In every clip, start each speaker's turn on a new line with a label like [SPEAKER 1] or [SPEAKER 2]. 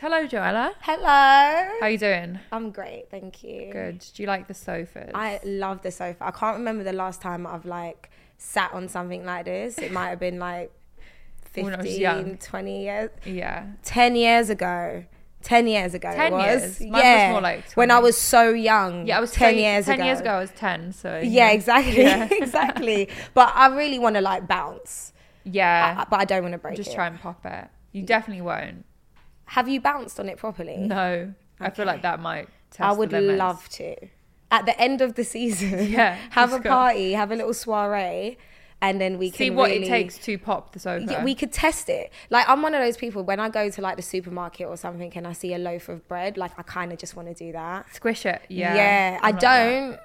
[SPEAKER 1] Hello, Joella.
[SPEAKER 2] Hello.
[SPEAKER 1] How you doing?
[SPEAKER 2] I'm great, thank you.
[SPEAKER 1] Good. Do you like the sofas?
[SPEAKER 2] I love the sofa. I can't remember the last time I've like sat on something like this. It might have been like
[SPEAKER 1] When I was
[SPEAKER 2] 15,
[SPEAKER 1] young.
[SPEAKER 2] 20 years,
[SPEAKER 1] yeah.
[SPEAKER 2] 10 years ago. 10 years ago
[SPEAKER 1] 10
[SPEAKER 2] it was.
[SPEAKER 1] years? Mine was
[SPEAKER 2] Yeah.
[SPEAKER 1] more like
[SPEAKER 2] when I
[SPEAKER 1] 20.
[SPEAKER 2] was so young.
[SPEAKER 1] Yeah, I was
[SPEAKER 2] 10
[SPEAKER 1] so-
[SPEAKER 2] years ago.
[SPEAKER 1] Ten years ago, I was ten. So
[SPEAKER 2] Yeah, exactly.
[SPEAKER 1] Yeah.
[SPEAKER 2] exactly. But I really want to like bounce,
[SPEAKER 1] Yeah.
[SPEAKER 2] I- but I don't want to break
[SPEAKER 1] Just
[SPEAKER 2] it.
[SPEAKER 1] try and pop it. You definitely won't.
[SPEAKER 2] Have you bounced on it properly?
[SPEAKER 1] No. I feel like that might. Test
[SPEAKER 2] I
[SPEAKER 1] the
[SPEAKER 2] would
[SPEAKER 1] limits.
[SPEAKER 2] love to. At the end of the season,
[SPEAKER 1] Yeah,
[SPEAKER 2] have a
[SPEAKER 1] just go.
[SPEAKER 2] party, have a little soiree, and then we
[SPEAKER 1] see
[SPEAKER 2] can
[SPEAKER 1] what
[SPEAKER 2] really-
[SPEAKER 1] it takes to pop the sofa.
[SPEAKER 2] Yeah, we could test it. Like I'm one of those people when I go to like the supermarket or something and I see a loaf of bread, like I kind of just want to do that.
[SPEAKER 1] squish it. Yeah.
[SPEAKER 2] yeah I
[SPEAKER 1] I'm like that.
[SPEAKER 2] don't,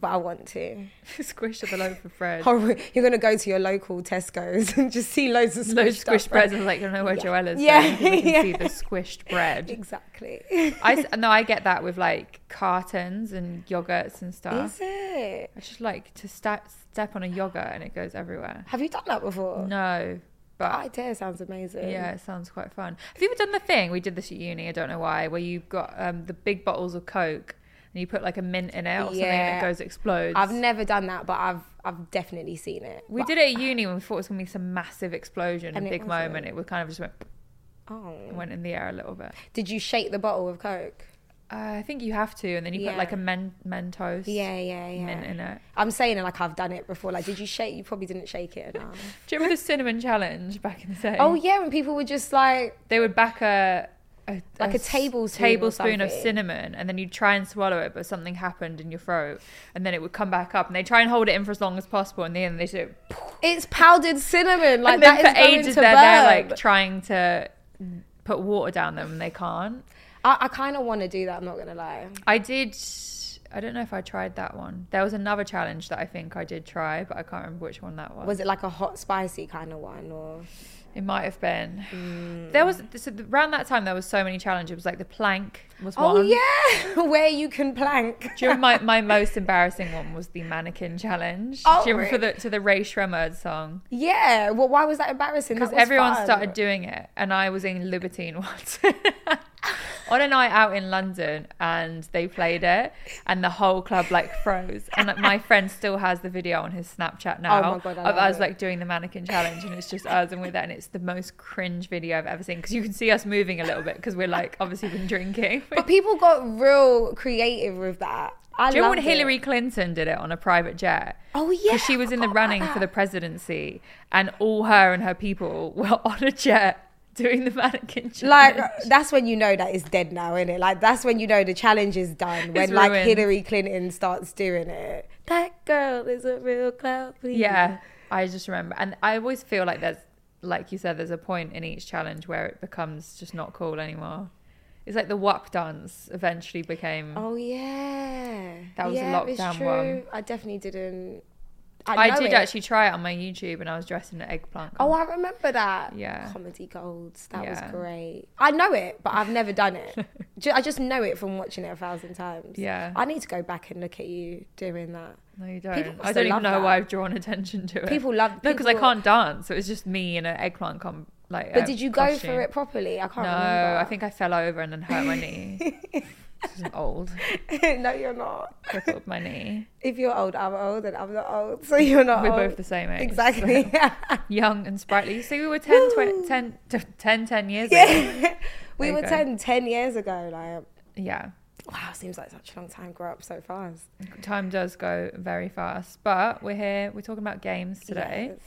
[SPEAKER 2] but I want to.
[SPEAKER 1] squish the loaf of bread.
[SPEAKER 2] Horrible. You're gonna go to your local Tesco's and just see loads of
[SPEAKER 1] Loads of
[SPEAKER 2] squished up
[SPEAKER 1] squished bread. I was like, I don't know where Joella's.
[SPEAKER 2] Yeah.
[SPEAKER 1] Yeah. Going, 'cause I can
[SPEAKER 2] Yeah.
[SPEAKER 1] see the squished bread.
[SPEAKER 2] Exactly.
[SPEAKER 1] I s- no, I get that with like cartons and yogurts and stuff.
[SPEAKER 2] Is it?
[SPEAKER 1] I just like to sta step on a yogurt and it goes everywhere.
[SPEAKER 2] Have you done that before?
[SPEAKER 1] No, but
[SPEAKER 2] That idea sounds amazing.
[SPEAKER 1] yeah, it sounds quite fun. Have you ever done the thing we did this at uni? I don't know why, where you've got um, the big bottles of Coke and you put like a mint in it or something and
[SPEAKER 2] Yeah.
[SPEAKER 1] it goes explodes.
[SPEAKER 2] I've never done that, but I've I've definitely seen it.
[SPEAKER 1] we
[SPEAKER 2] But-
[SPEAKER 1] did it at uni when we thought it was going to be some massive explosion,
[SPEAKER 2] And
[SPEAKER 1] and
[SPEAKER 2] it
[SPEAKER 1] big
[SPEAKER 2] wasn't.
[SPEAKER 1] moment. It would kind of just went
[SPEAKER 2] Oh.
[SPEAKER 1] went in the air a little bit.
[SPEAKER 2] Did you shake the bottle of Coke?
[SPEAKER 1] Uh, I think you have to, and then you put
[SPEAKER 2] Yeah.
[SPEAKER 1] like a men- Mentos
[SPEAKER 2] Yeah, yeah, yeah.
[SPEAKER 1] mint in it.
[SPEAKER 2] I'm saying it like I've done it before. Like, did you shake? You probably didn't shake it enough.
[SPEAKER 1] Do you remember the cinnamon challenge back in the day?
[SPEAKER 2] oh yeah, when people were just like,
[SPEAKER 1] they would back a, a
[SPEAKER 2] Like a
[SPEAKER 1] s-
[SPEAKER 2] tablespoon or
[SPEAKER 1] tablespoon of
[SPEAKER 2] something.
[SPEAKER 1] cinnamon and then you'd try and swallow it but something happened in your throat and then it would come back up and they try and hold it in for as long as possible and then they do
[SPEAKER 2] it's powdered cinnamon. Like
[SPEAKER 1] and then
[SPEAKER 2] that
[SPEAKER 1] for
[SPEAKER 2] is going
[SPEAKER 1] ages
[SPEAKER 2] to
[SPEAKER 1] they're there
[SPEAKER 2] burn.
[SPEAKER 1] like trying to put water down them and they can't
[SPEAKER 2] I, I kind of want to do that. I'm not gonna lie.
[SPEAKER 1] i did i don't know if i tried that one there was another challenge that i think i did try but i can't remember which one that was
[SPEAKER 2] Was it like a hot, spicy kind of one, or
[SPEAKER 1] it might have been
[SPEAKER 2] Mm.
[SPEAKER 1] there was so around that time there was so many challenges it was like the plank was one.
[SPEAKER 2] oh yeah, where you can plank?
[SPEAKER 1] Do you remember my, my most embarrassing one was the mannequin challenge?
[SPEAKER 2] Oh,
[SPEAKER 1] Do you remember for the,
[SPEAKER 2] really?
[SPEAKER 1] to the Ray Shremmerd song?
[SPEAKER 2] Yeah. Well, why was that embarrassing?
[SPEAKER 1] Because
[SPEAKER 2] That was
[SPEAKER 1] everyone
[SPEAKER 2] fun.
[SPEAKER 1] started doing it, and I was in Libertine once. On a night out in London, and they played it, and the whole club like froze. And like, my friend still has the video on his Snapchat now
[SPEAKER 2] Oh my God, I
[SPEAKER 1] of
[SPEAKER 2] love
[SPEAKER 1] us
[SPEAKER 2] it.
[SPEAKER 1] like doing the mannequin challenge, and it's just us and we're there, and it's the most cringe video I've ever seen because you can see us moving a little bit because we're like obviously been drinking.
[SPEAKER 2] But people got real creative with that. I
[SPEAKER 1] Do you remember
[SPEAKER 2] loved
[SPEAKER 1] when Hillary
[SPEAKER 2] It.
[SPEAKER 1] Clinton did it on a private jet?
[SPEAKER 2] Oh,
[SPEAKER 1] 'Cause
[SPEAKER 2] yeah,
[SPEAKER 1] she was
[SPEAKER 2] I
[SPEAKER 1] in the
[SPEAKER 2] forgot about
[SPEAKER 1] running for
[SPEAKER 2] that.
[SPEAKER 1] the presidency, and all her and her people were on a jet doing the mannequin
[SPEAKER 2] Like
[SPEAKER 1] challenge.
[SPEAKER 2] that's when you know that it's dead now, isn't it? Like that's when you know the challenge is done. When
[SPEAKER 1] It's
[SPEAKER 2] like
[SPEAKER 1] ruined.
[SPEAKER 2] Hillary Clinton starts doing it, that girl is a real clown.
[SPEAKER 1] yeah, I just remember, and I always feel like there's, like you said, there's a point in each challenge where it becomes just not cool anymore. It's like the WAP dance eventually became.
[SPEAKER 2] Oh yeah,
[SPEAKER 1] That was a
[SPEAKER 2] yeah, it's
[SPEAKER 1] lockdown
[SPEAKER 2] true.
[SPEAKER 1] one.
[SPEAKER 2] I definitely didn't.
[SPEAKER 1] I,
[SPEAKER 2] know
[SPEAKER 1] did
[SPEAKER 2] it.
[SPEAKER 1] actually try it on my YouTube and I was dressed in an eggplant.
[SPEAKER 2] Oh,
[SPEAKER 1] costume.
[SPEAKER 2] I remember that.
[SPEAKER 1] Yeah.
[SPEAKER 2] comedy golds. That
[SPEAKER 1] Yeah.
[SPEAKER 2] was great. I know it, but I've never done it. Ju- I just know it from watching it a thousand times.
[SPEAKER 1] Yeah.
[SPEAKER 2] I need to go back and look at you doing that.
[SPEAKER 1] No, you don't.
[SPEAKER 2] People
[SPEAKER 1] I
[SPEAKER 2] must
[SPEAKER 1] don't
[SPEAKER 2] have
[SPEAKER 1] even
[SPEAKER 2] loved
[SPEAKER 1] know why
[SPEAKER 2] that.
[SPEAKER 1] I've drawn attention to it.
[SPEAKER 2] People love-
[SPEAKER 1] no, because I
[SPEAKER 2] people-
[SPEAKER 1] can't dance. So it was just me in an eggplant com like.
[SPEAKER 2] But
[SPEAKER 1] uh,
[SPEAKER 2] did you go
[SPEAKER 1] costume.
[SPEAKER 2] for it properly? I can't
[SPEAKER 1] No,
[SPEAKER 2] remember.
[SPEAKER 1] I think I fell over and then hurt my knee. This is old.
[SPEAKER 2] no, you're not.
[SPEAKER 1] Crippled my knee.
[SPEAKER 2] If you're old, I'm old, and I'm not old, so you're not.
[SPEAKER 1] We're
[SPEAKER 2] old.
[SPEAKER 1] both the same age,
[SPEAKER 2] Exactly.
[SPEAKER 1] Young and sprightly. You see, we were 10, 20, 10, 10, 10 years ago.
[SPEAKER 2] we
[SPEAKER 1] There you
[SPEAKER 2] were
[SPEAKER 1] go.
[SPEAKER 2] 10, 10 years ago. Like,
[SPEAKER 1] Yeah.
[SPEAKER 2] wow, seems like such a long time. Grow up so fast.
[SPEAKER 1] Time does go very fast. But we're here. We're talking about games today.
[SPEAKER 2] Yes.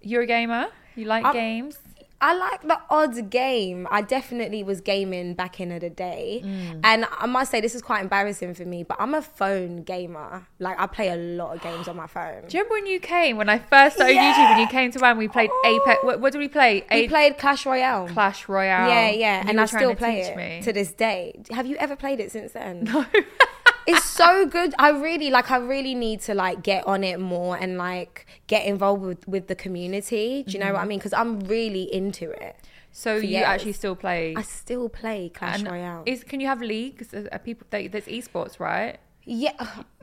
[SPEAKER 1] You're a gamer. You like
[SPEAKER 2] I'm-
[SPEAKER 1] games.
[SPEAKER 2] I like the odd game. I definitely was gaming back in the day.
[SPEAKER 1] Mm.
[SPEAKER 2] And I must say, this is quite embarrassing for me, but I'm a phone gamer. Like, I play a lot of games on my phone.
[SPEAKER 1] Do you remember when you came? When I first started YouTube, when you came to mine, we played Apex. What, what did we play?
[SPEAKER 2] Oh. We
[SPEAKER 1] A-
[SPEAKER 2] played Clash Royale.
[SPEAKER 1] Clash Royale.
[SPEAKER 2] Yeah, yeah.
[SPEAKER 1] You
[SPEAKER 2] and
[SPEAKER 1] were
[SPEAKER 2] I
[SPEAKER 1] trying
[SPEAKER 2] still
[SPEAKER 1] to
[SPEAKER 2] play
[SPEAKER 1] teach
[SPEAKER 2] it
[SPEAKER 1] me.
[SPEAKER 2] to this day. Have you ever played it since then? No. it's so good. I really like I really need to like get on it more and like get involved with, with the community. Do you know what
[SPEAKER 1] Mm-hmm.
[SPEAKER 2] I mean? Because I'm really into it.
[SPEAKER 1] So you
[SPEAKER 2] years.
[SPEAKER 1] actually still play.
[SPEAKER 2] I still play Clash
[SPEAKER 1] and
[SPEAKER 2] Royale.
[SPEAKER 1] is can you have leagues? Are are people they, there's esports, right?
[SPEAKER 2] yeah.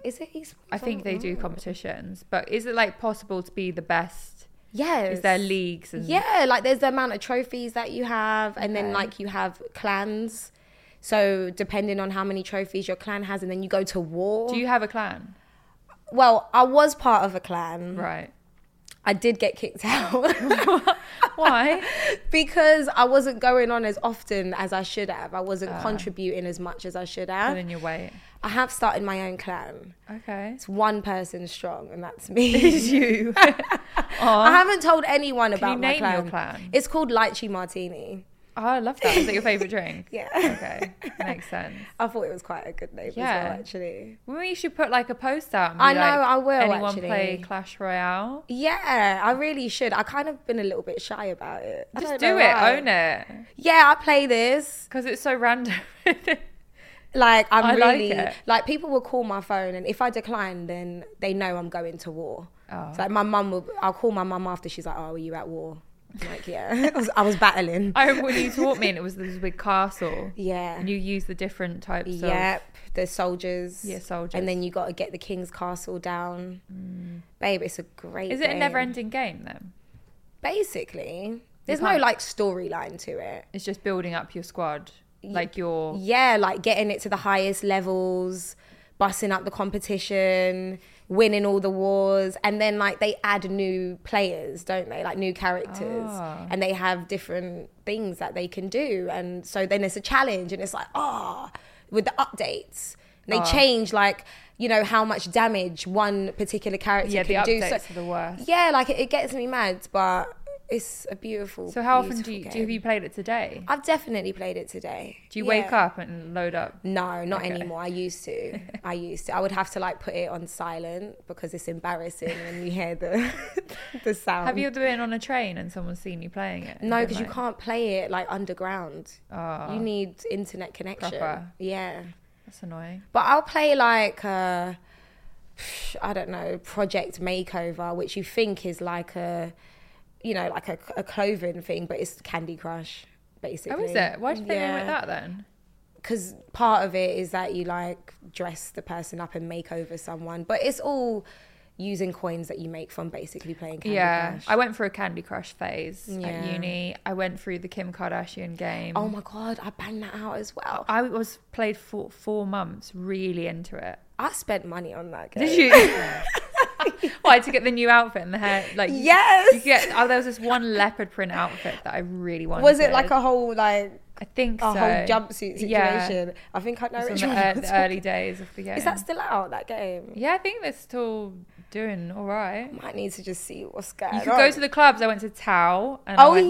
[SPEAKER 2] Is it esports?
[SPEAKER 1] I think they do competitions, but is it like possible to be the best?
[SPEAKER 2] Yeah.
[SPEAKER 1] Is there leagues and
[SPEAKER 2] Yeah, like there's the amount of trophies that you have, and then like you have clans. So depending on how many trophies your clan has, and then you go to war.
[SPEAKER 1] Do you have a clan?
[SPEAKER 2] well, I was part of a clan.
[SPEAKER 1] Right.
[SPEAKER 2] I did get kicked out
[SPEAKER 1] Why?
[SPEAKER 2] because I wasn't going on as often as I should have. I wasn't
[SPEAKER 1] Ah.
[SPEAKER 2] contributing as much as I should have.
[SPEAKER 1] Other than your weight.
[SPEAKER 2] I have started my own clan.
[SPEAKER 1] Okay.
[SPEAKER 2] It's one person strong, and that's me. It's you. I
[SPEAKER 1] Oh,
[SPEAKER 2] haven't told anyone about my
[SPEAKER 1] name
[SPEAKER 2] clan.
[SPEAKER 1] your clan?
[SPEAKER 2] It's called Lychee Martini.
[SPEAKER 1] Ah, I love that. Is it your favorite drink?
[SPEAKER 2] Yeah.
[SPEAKER 1] Okay. Makes sense.
[SPEAKER 2] I thought it was quite a good name as
[SPEAKER 1] Yeah.
[SPEAKER 2] well, actually.
[SPEAKER 1] We should put like a post out. and be
[SPEAKER 2] I know,
[SPEAKER 1] like,
[SPEAKER 2] I will,
[SPEAKER 1] Anyone
[SPEAKER 2] actually.
[SPEAKER 1] play Clash Royale?
[SPEAKER 2] Yeah, I really should. I kind of been a little bit shy about it. I
[SPEAKER 1] Just
[SPEAKER 2] don't
[SPEAKER 1] do
[SPEAKER 2] know
[SPEAKER 1] it.
[SPEAKER 2] why.
[SPEAKER 1] Own it.
[SPEAKER 2] Yeah, I play this.
[SPEAKER 1] Because it's so random.
[SPEAKER 2] Like I'm
[SPEAKER 1] I like
[SPEAKER 2] really like,
[SPEAKER 1] it.
[SPEAKER 2] people will call my phone, and if I decline, then they know I'm going to war. Oh. So like my mum will. I'll call my mum after she's like, "Oh, were you at war?" I'm like, yeah, I was, I was battling.
[SPEAKER 1] I remember when you taught me, and it was this big castle.
[SPEAKER 2] Yeah.
[SPEAKER 1] And you use the different types of.
[SPEAKER 2] Yep, the soldiers.
[SPEAKER 1] Yeah, soldiers. Mm.
[SPEAKER 2] And then you got to get the king's castle down. Babe, it's a great.
[SPEAKER 1] Is it a
[SPEAKER 2] game.
[SPEAKER 1] never ending game then?
[SPEAKER 2] Basically, there's no
[SPEAKER 1] can't-
[SPEAKER 2] like storyline to it.
[SPEAKER 1] It's just building up your squad. Like your.
[SPEAKER 2] yeah, like getting it to the highest levels, busting up the competition, winning all the wars, and then like they add new players, don't they? Like new characters,
[SPEAKER 1] Ah.
[SPEAKER 2] and they have different things that they can do, and so then it's a challenge, and it's like ah, with the updates, they
[SPEAKER 1] Ah.
[SPEAKER 2] change like you know how much damage one particular character
[SPEAKER 1] Yeah, the
[SPEAKER 2] can do. So-
[SPEAKER 1] updates are the worst.
[SPEAKER 2] Yeah, like it, it gets me mad, but it's a beautiful.
[SPEAKER 1] So how often do
[SPEAKER 2] beautiful
[SPEAKER 1] you, do
[SPEAKER 2] game.
[SPEAKER 1] you, have you played it today?
[SPEAKER 2] I've definitely played it today.
[SPEAKER 1] Do you
[SPEAKER 2] Yeah.
[SPEAKER 1] wake up and load up?
[SPEAKER 2] No, not
[SPEAKER 1] Okay.
[SPEAKER 2] anymore. I used to. I used to. I would have to like put it on silent because it's embarrassing when you hear the the sound.
[SPEAKER 1] Have you ever been on a train and someone's seen you playing it? and
[SPEAKER 2] No,
[SPEAKER 1] been
[SPEAKER 2] because you
[SPEAKER 1] like,
[SPEAKER 2] can't play it like underground. You need internet connection.
[SPEAKER 1] Ah. Proper.
[SPEAKER 2] Yeah,
[SPEAKER 1] That's annoying.
[SPEAKER 2] but I'll play like. Uh, I don't know, project makeover, which you think is like a, you know, like a, a clothing thing, but it's Candy Crush, basically.
[SPEAKER 1] Oh, is it? Why did they name
[SPEAKER 2] Yeah.
[SPEAKER 1] it that then?
[SPEAKER 2] because part of it is that you like dress the person up and make over someone, but it's all using coins that you make from basically playing Candy
[SPEAKER 1] yeah,
[SPEAKER 2] Crush.
[SPEAKER 1] I went through a Candy Crush phase
[SPEAKER 2] Yeah.
[SPEAKER 1] at uni. I went through the Kim Kardashian game.
[SPEAKER 2] oh my god, I banned that out as well.
[SPEAKER 1] I was played for four months, really into it.
[SPEAKER 2] I spent money on that. Game.
[SPEAKER 1] Did you? Why to get the new outfit and the hair? Like
[SPEAKER 2] Yes.
[SPEAKER 1] you get. Oh, there was this one leopard print outfit that I really wanted.
[SPEAKER 2] Was it like a whole like
[SPEAKER 1] I think
[SPEAKER 2] a
[SPEAKER 1] so.
[SPEAKER 2] whole jumpsuit situation?
[SPEAKER 1] Yeah.
[SPEAKER 2] I think I know
[SPEAKER 1] It's
[SPEAKER 2] which
[SPEAKER 1] in
[SPEAKER 2] one
[SPEAKER 1] the, ear-
[SPEAKER 2] you're
[SPEAKER 1] the early days of the game.
[SPEAKER 2] Is that still out that game?
[SPEAKER 1] Yeah, I think they're still Doing all right.
[SPEAKER 2] Might need to just see what's going on.
[SPEAKER 1] You could go to the clubs. I went to Tau. And I
[SPEAKER 2] Oh,
[SPEAKER 1] went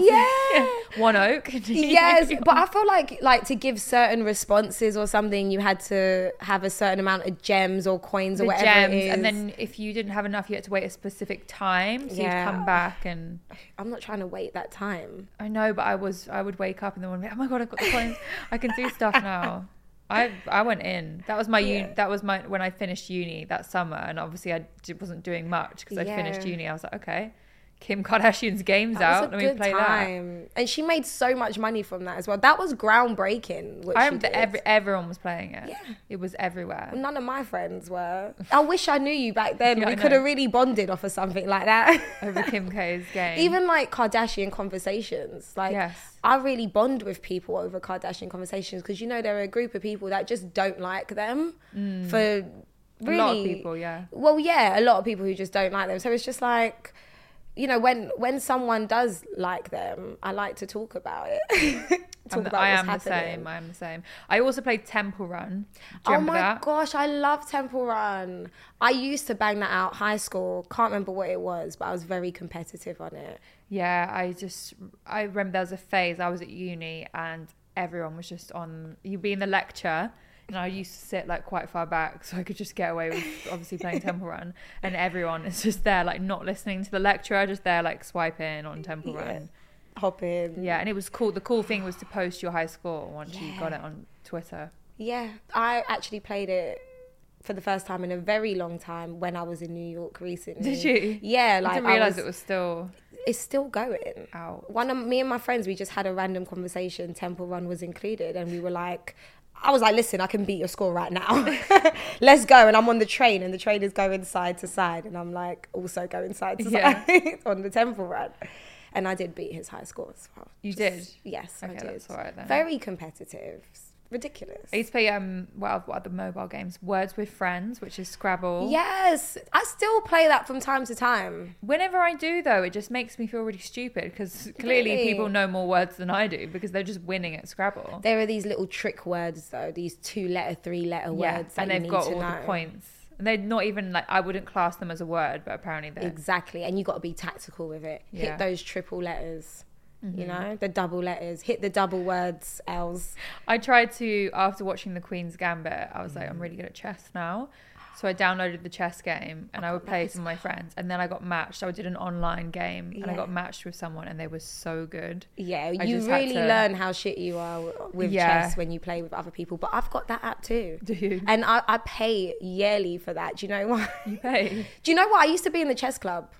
[SPEAKER 2] yeah.
[SPEAKER 1] One Oak.
[SPEAKER 2] yes, but I feel like like to give certain responses or something, you had to have a certain amount of gems or coins
[SPEAKER 1] the
[SPEAKER 2] or whatever.
[SPEAKER 1] gems,
[SPEAKER 2] it is.
[SPEAKER 1] and then if you didn't have enough, you had to wait a specific time. So
[SPEAKER 2] Yeah.
[SPEAKER 1] you'd come back, and
[SPEAKER 2] I'm not trying to wait that time.
[SPEAKER 1] I know, but I was I would wake up in the morning. Oh my god, I've got the coins. I can do stuff now. I I went in. That was my uni, that was my when I finished uni that summer, and obviously I d- wasn't doing much because I finished
[SPEAKER 2] Yeah.
[SPEAKER 1] uni. I was like, okay, Kim Kardashian's game's
[SPEAKER 2] That
[SPEAKER 1] out.
[SPEAKER 2] was a
[SPEAKER 1] Let
[SPEAKER 2] good
[SPEAKER 1] me play that.
[SPEAKER 2] time, and she made so much money from that as well. That was groundbreaking. What
[SPEAKER 1] I
[SPEAKER 2] she
[SPEAKER 1] remember
[SPEAKER 2] did.
[SPEAKER 1] that every, everyone was playing it.
[SPEAKER 2] Yeah.
[SPEAKER 1] It was everywhere.
[SPEAKER 2] None of my friends were. I wish I knew you back then.
[SPEAKER 1] Yeah, I
[SPEAKER 2] we
[SPEAKER 1] know.
[SPEAKER 2] could have really bonded off of something like that.
[SPEAKER 1] Over Kim K's game.
[SPEAKER 2] Even like Kardashian conversations. Like
[SPEAKER 1] Yes.
[SPEAKER 2] I really bond with people over Kardashian conversations because you know there are a group of people that just don't like them for
[SPEAKER 1] Mm.
[SPEAKER 2] really
[SPEAKER 1] lot of people, yeah.
[SPEAKER 2] Well, yeah, a lot of people who just don't like them. So it's just like you know when when someone does like them, I like to talk about it. talk
[SPEAKER 1] I'm the- I am the same. I'm the same. I also played Temple Run. Do you
[SPEAKER 2] Oh
[SPEAKER 1] remember
[SPEAKER 2] my
[SPEAKER 1] that?
[SPEAKER 2] gosh, I love Temple Run. I used to bang that out high school. Can't remember what it was, but I was very competitive on it.
[SPEAKER 1] Yeah, I just I remember there was a phase I was at uni and everyone was just on. You'd be in the lecture. And I used to sit like quite far back, so I could just get away with obviously playing Temple Run. And everyone is just there, like not listening to the lecturer, just there, like swiping on Temple Run.
[SPEAKER 2] Hop in.
[SPEAKER 1] Yeah, and it was cool. The cool thing was to post your high score once you got it on Twitter.
[SPEAKER 2] Yeah, I actually played it for the first time in a very long time when I was in New York recently.
[SPEAKER 1] Did you?
[SPEAKER 2] Yeah,
[SPEAKER 1] I
[SPEAKER 2] like
[SPEAKER 1] didn't realize
[SPEAKER 2] was-
[SPEAKER 1] it was still
[SPEAKER 2] It's still going.
[SPEAKER 1] out.
[SPEAKER 2] One of me and my friends, we just had a random conversation. Temple Run was included, and we were like. I was like, listen, I can beat your score right now. Let's go. And I'm on the train, and the train is going side to side. And I'm like, also going side to
[SPEAKER 1] Yeah.
[SPEAKER 2] side on the temple run. And I did beat his high score as well.
[SPEAKER 1] You did?
[SPEAKER 2] Yes, I
[SPEAKER 1] Okay,
[SPEAKER 2] did.
[SPEAKER 1] that's all right then.
[SPEAKER 2] Very competitive. Ridiculous.
[SPEAKER 1] I used to play um well what other mobile games? Words with Friends, which is Scrabble.
[SPEAKER 2] Yes, I still play that from time to time.
[SPEAKER 1] Whenever I do though, it just makes me feel really stupid because clearly
[SPEAKER 2] Really?
[SPEAKER 1] people know more words than I do because they're just winning at Scrabble.
[SPEAKER 2] There are these little trick words though, these two letter, three letter words, that
[SPEAKER 1] and
[SPEAKER 2] you
[SPEAKER 1] they've
[SPEAKER 2] need
[SPEAKER 1] got
[SPEAKER 2] to
[SPEAKER 1] all
[SPEAKER 2] know.
[SPEAKER 1] the points. And they're not even like I wouldn't class them as a word, but apparently they're
[SPEAKER 2] Exactly, and you got to be tactical with it.
[SPEAKER 1] Yeah. Mm-hmm.
[SPEAKER 2] Hit those triple letters, you know, the double letters. Hit the double words, L's.
[SPEAKER 1] I tried to after watching The Queen's Gambit. I was like,
[SPEAKER 2] Mm.
[SPEAKER 1] I'm really good at chess now. So I downloaded the chess game
[SPEAKER 2] Oh
[SPEAKER 1] and I would play with my friends. And then I got matched. I did an online game and I
[SPEAKER 2] Yeah.
[SPEAKER 1] got matched with someone and they were so good.
[SPEAKER 2] Yeah,
[SPEAKER 1] I
[SPEAKER 2] you
[SPEAKER 1] just had
[SPEAKER 2] really
[SPEAKER 1] to-
[SPEAKER 2] learn how shit you are w- with
[SPEAKER 1] Yeah.
[SPEAKER 2] chess when you play with other people. But I've got that app too. Do
[SPEAKER 1] you?
[SPEAKER 2] And I, I pay yearly for that. Do you know why?
[SPEAKER 1] You pay.
[SPEAKER 2] Do you know what? I used to be in the chess club.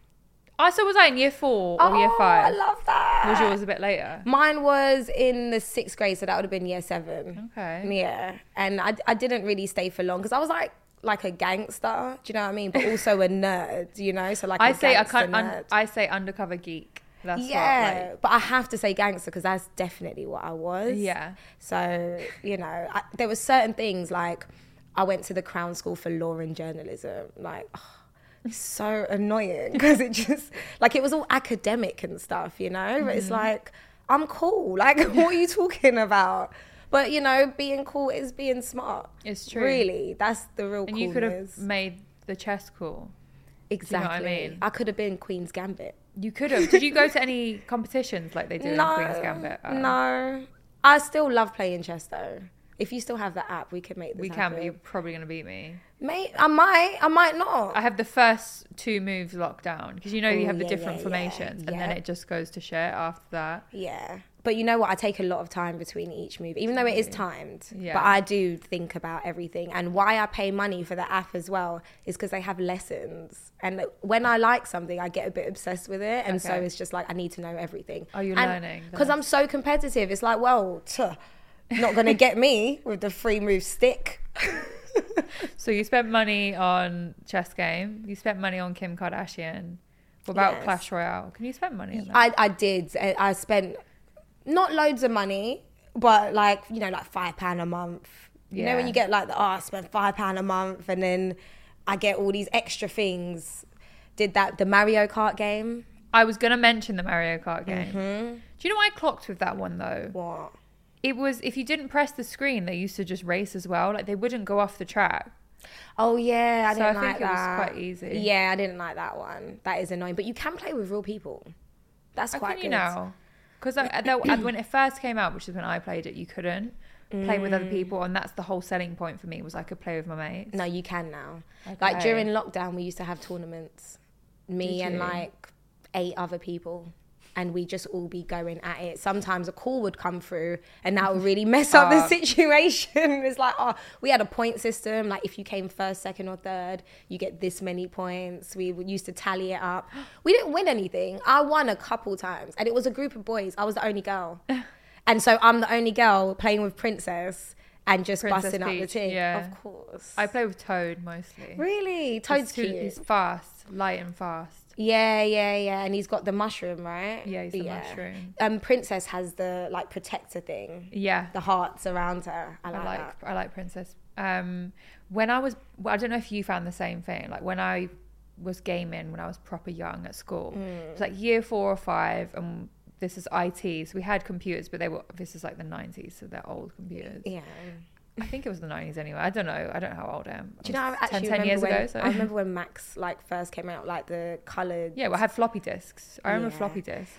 [SPEAKER 1] I saw Ah, was I in year four or year
[SPEAKER 2] Oh,
[SPEAKER 1] five?
[SPEAKER 2] I love that.
[SPEAKER 1] was yours a bit later?
[SPEAKER 2] Mine was in the sixth grade, so that would have been year seven.
[SPEAKER 1] Okay.
[SPEAKER 2] Yeah, and I, I didn't really stay for long because I was like like a gangster, do you know what I mean? But also a nerd, you know. So like I
[SPEAKER 1] I say I can't. Un-
[SPEAKER 2] nerd.
[SPEAKER 1] I say undercover geek. That's
[SPEAKER 2] yeah,
[SPEAKER 1] what. Like,
[SPEAKER 2] but I have to say gangster because that's definitely what I was.
[SPEAKER 1] Yeah.
[SPEAKER 2] So you know, I, there were certain things like I went to the Crown School for Law and Journalism, like. it's so annoying because it just like it was all academic and stuff, you know. But
[SPEAKER 1] Mm-hmm.
[SPEAKER 2] it's like I'm cool. Like, what are you talking about? But you know, being cool is being smart.
[SPEAKER 1] It's true.
[SPEAKER 2] Really, that's the real.
[SPEAKER 1] and
[SPEAKER 2] coolness.
[SPEAKER 1] you could have made the chess call. you know
[SPEAKER 2] exactly.
[SPEAKER 1] what I mean?
[SPEAKER 2] I could have been Queen's Gambit.
[SPEAKER 1] You could have. Did you go to any competitions like they do in Queen's Gambit? Oh.
[SPEAKER 2] No. I still love playing chess though. If you still have the app, we can make this
[SPEAKER 1] We can, but
[SPEAKER 2] happen.
[SPEAKER 1] you're probably gonna beat me.
[SPEAKER 2] Mate, I might, I might not.
[SPEAKER 1] I have the first two moves locked down because you know you
[SPEAKER 2] Oh,
[SPEAKER 1] have the
[SPEAKER 2] yeah,
[SPEAKER 1] different
[SPEAKER 2] yeah, yeah,
[SPEAKER 1] formations, and then
[SPEAKER 2] yeah.
[SPEAKER 1] it just goes to shit after that.
[SPEAKER 2] yeah. But you know what? I take a lot of time between each move, even though it is timed.
[SPEAKER 1] Mm. Yeah.
[SPEAKER 2] But I do think about everything. And why I pay money for the app as well is because they have lessons. And when I like something, I get a bit obsessed with it. And so
[SPEAKER 1] Okay.
[SPEAKER 2] it's just like, I need to know everything.
[SPEAKER 1] Oh, you're
[SPEAKER 2] and
[SPEAKER 1] learning
[SPEAKER 2] Because
[SPEAKER 1] then.
[SPEAKER 2] I'm so competitive. It's like, well, tuh, not going to get me with the free move stick.
[SPEAKER 1] So you spent money on chess game. You spent money on Kim Kardashian. What about
[SPEAKER 2] Yes.
[SPEAKER 1] Clash Royale? Can you spend money on that?
[SPEAKER 2] I, I did. I I spent not loads of money, but like, you know, like five pound a month. You know, when
[SPEAKER 1] Yeah.
[SPEAKER 2] you get like the, oh, I spent five pound a month and then I get all these extra things. Did that, the Mario Kart game.
[SPEAKER 1] I was gonna mention the Mario Kart game.
[SPEAKER 2] Mm-hmm.
[SPEAKER 1] Do you know what I clocked with that one though?
[SPEAKER 2] What?
[SPEAKER 1] It was if you didn't press the screen, they used to just race as well. Like they wouldn't go off the track.
[SPEAKER 2] Oh yeah, I
[SPEAKER 1] So
[SPEAKER 2] didn't
[SPEAKER 1] I
[SPEAKER 2] like
[SPEAKER 1] think it was
[SPEAKER 2] that.
[SPEAKER 1] quite easy.
[SPEAKER 2] Yeah, I didn't like that one. That is annoying. But you can play with real people. That's
[SPEAKER 1] How
[SPEAKER 2] quite
[SPEAKER 1] can
[SPEAKER 2] good.
[SPEAKER 1] you now? Because when it first came out, which is when I played it, you couldn't play with
[SPEAKER 2] Mm.
[SPEAKER 1] other people, and that's the whole selling point for me was I could play with my mates.
[SPEAKER 2] No, you can now. Like
[SPEAKER 1] Okay.
[SPEAKER 2] during lockdown, we used to have tournaments. Me
[SPEAKER 1] Did
[SPEAKER 2] and
[SPEAKER 1] you?
[SPEAKER 2] like eight other people. And we just all be going at it. Sometimes a call would come through, and that would really mess up
[SPEAKER 1] Oh.
[SPEAKER 2] the situation. It's like, oh, we had a point system. Like if you came first, second, or third, you get this many points. We would- used to tally it up. We didn't win anything. I won a couple times, and it was a group of boys. I was the only girl, and so I'm the only girl playing with Princess and just
[SPEAKER 1] Princess
[SPEAKER 2] busting up the
[SPEAKER 1] Peach,
[SPEAKER 2] team.
[SPEAKER 1] yeah.
[SPEAKER 2] Of course.
[SPEAKER 1] I play with Toad mostly.
[SPEAKER 2] Really?
[SPEAKER 1] Toad's
[SPEAKER 2] Toad's cute.
[SPEAKER 1] He's fast, light and fast.
[SPEAKER 2] yeah, yeah, yeah. And he's got the mushroom, right?
[SPEAKER 1] Yeah, he's the mushroom.
[SPEAKER 2] Um, Princess has the like protector thing,
[SPEAKER 1] Yeah,
[SPEAKER 2] the hearts around her. I like,
[SPEAKER 1] I
[SPEAKER 2] that.
[SPEAKER 1] like I like Princess. Um, when I was, well, I don't know if you found the same thing. Like when I was gaming when I was proper young at school, it
[SPEAKER 2] Mm.
[SPEAKER 1] was like year four or five, and this is IT. So we had computers, but they were this is like the nineties, so they're old computers.
[SPEAKER 2] Yeah.
[SPEAKER 1] I think it was the nineties anyway. I don't know. I don't know how old I am.
[SPEAKER 2] Do you know? I
[SPEAKER 1] was
[SPEAKER 2] actually remember
[SPEAKER 1] years
[SPEAKER 2] when
[SPEAKER 1] ago. So.
[SPEAKER 2] I remember when Max like first came out, like the coloured.
[SPEAKER 1] yeah, well, I had floppy disks. I remember
[SPEAKER 2] Yeah.
[SPEAKER 1] floppy disks.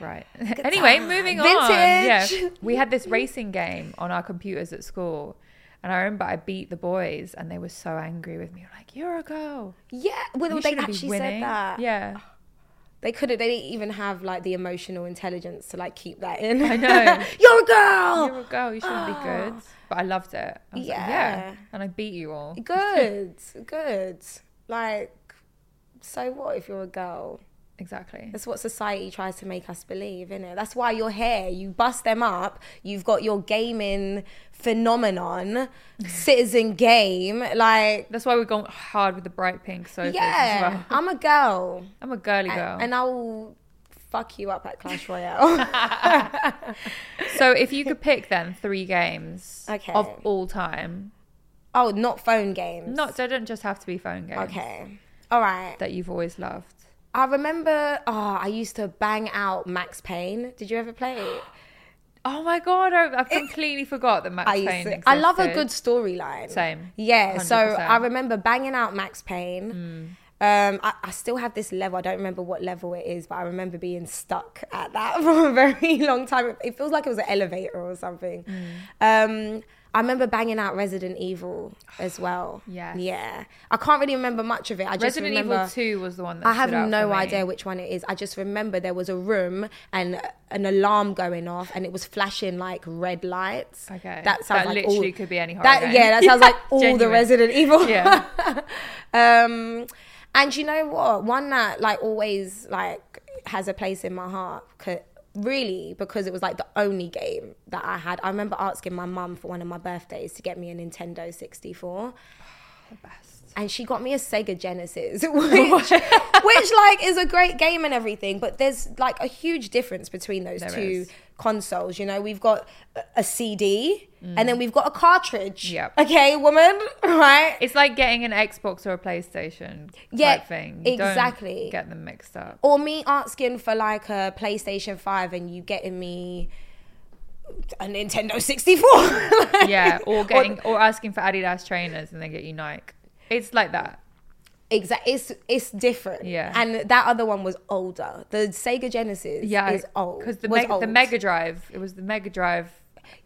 [SPEAKER 1] Right. anyway, moving on.
[SPEAKER 2] Vintage.
[SPEAKER 1] Yeah. We had this racing game on our computers at school. And I remember I beat the boys and they were so angry with me. Like, you're a girl.
[SPEAKER 2] Yeah. Well,
[SPEAKER 1] You
[SPEAKER 2] they
[SPEAKER 1] shouldn't be
[SPEAKER 2] actually
[SPEAKER 1] winning."
[SPEAKER 2] said that.
[SPEAKER 1] Yeah.
[SPEAKER 2] They couldn't. They didn't even have like the emotional intelligence to like keep that in. I
[SPEAKER 1] know.
[SPEAKER 2] You're a girl.
[SPEAKER 1] You're a girl. You shouldn't be good. But I loved it. I was like,
[SPEAKER 2] Oh. Yeah.
[SPEAKER 1] yeah. And I beat you all.
[SPEAKER 2] Good. good. Like, so what if you're a girl?
[SPEAKER 1] Exactly.
[SPEAKER 2] That's what society tries to make us believe, isn't it? That's why you're here. You bust them up. You've got your gaming phenomenon, citizen game. Like,
[SPEAKER 1] That's why we're going hard with the bright pink sofas
[SPEAKER 2] yeah,
[SPEAKER 1] as well.
[SPEAKER 2] I'm a girl,
[SPEAKER 1] I'm a girly girl.
[SPEAKER 2] and I will fuck you up at Clash Royale.
[SPEAKER 1] so if you could pick then three games
[SPEAKER 2] Okay.
[SPEAKER 1] of all time,
[SPEAKER 2] oh, not phone games.
[SPEAKER 1] not they don't just have to be phone games.
[SPEAKER 2] okay. All right.
[SPEAKER 1] That you've always loved.
[SPEAKER 2] I remember. Oh, I used to bang out Max Payne. Did you ever play it?
[SPEAKER 1] Oh my god, I, I've completely forgot that Max
[SPEAKER 2] I, used
[SPEAKER 1] Payne.
[SPEAKER 2] to- I love a
[SPEAKER 1] existed.
[SPEAKER 2] good storyline.
[SPEAKER 1] Same.
[SPEAKER 2] Yeah. So
[SPEAKER 1] 100%.
[SPEAKER 2] I remember banging out Max
[SPEAKER 1] Hmm.
[SPEAKER 2] Payne. Um, I, I still have this level. I don't remember what level it is, but I remember being stuck at that for a very long time. It, it feels like it was an elevator or something.
[SPEAKER 1] Hmm.
[SPEAKER 2] Um, I remember banging out Resident Evil as well.
[SPEAKER 1] Yes.
[SPEAKER 2] Yeah. I can't really remember much of it. I just
[SPEAKER 1] Resident
[SPEAKER 2] remember
[SPEAKER 1] Evil Two was the one that
[SPEAKER 2] I have
[SPEAKER 1] stood out
[SPEAKER 2] no
[SPEAKER 1] for me.
[SPEAKER 2] idea which one it is. I just remember there was a room and an alarm going off, and it was flashing like red lights.
[SPEAKER 1] Okay.
[SPEAKER 2] that sounds
[SPEAKER 1] That
[SPEAKER 2] like
[SPEAKER 1] literally
[SPEAKER 2] all-
[SPEAKER 1] could be any horror
[SPEAKER 2] That,
[SPEAKER 1] game.
[SPEAKER 2] Yeah, that sounds like all the
[SPEAKER 1] Genuine.
[SPEAKER 2] Resident Evil.
[SPEAKER 1] Yeah.
[SPEAKER 2] um, and you know what? One that like always like has a place in my heart. 'cause- Really, because it was like the only game that I had. I remember asking my mum for one of my birthdays to get me a Nintendo 64 and she got me a Sega Genesis, which, which like is a great game and everything, but there's like a huge difference between those
[SPEAKER 1] There
[SPEAKER 2] two
[SPEAKER 1] is.
[SPEAKER 2] consoles. You know, we've got a- a CD and then we've got a cartridge.
[SPEAKER 1] Mm. Yep.
[SPEAKER 2] Okay, woman, right?
[SPEAKER 1] It's like getting an Xbox or a PlayStation
[SPEAKER 2] Yeah,
[SPEAKER 1] type thing. You don't
[SPEAKER 2] exactly.
[SPEAKER 1] get them mixed up.
[SPEAKER 2] or me asking for like a PlayStation 5 and you getting me a Nintendo 64. Like-
[SPEAKER 1] Yeah, or getting or, asking for Adidas trainers and they get you Nike. It's like that.
[SPEAKER 2] Exactly, it's it's different.
[SPEAKER 1] Yeah.
[SPEAKER 2] and that other one was older. The Sega Genesis
[SPEAKER 1] Yeah,
[SPEAKER 2] is old
[SPEAKER 1] because the
[SPEAKER 2] was
[SPEAKER 1] Meg- the
[SPEAKER 2] old.
[SPEAKER 1] Mega Drive. It was the Mega Drive.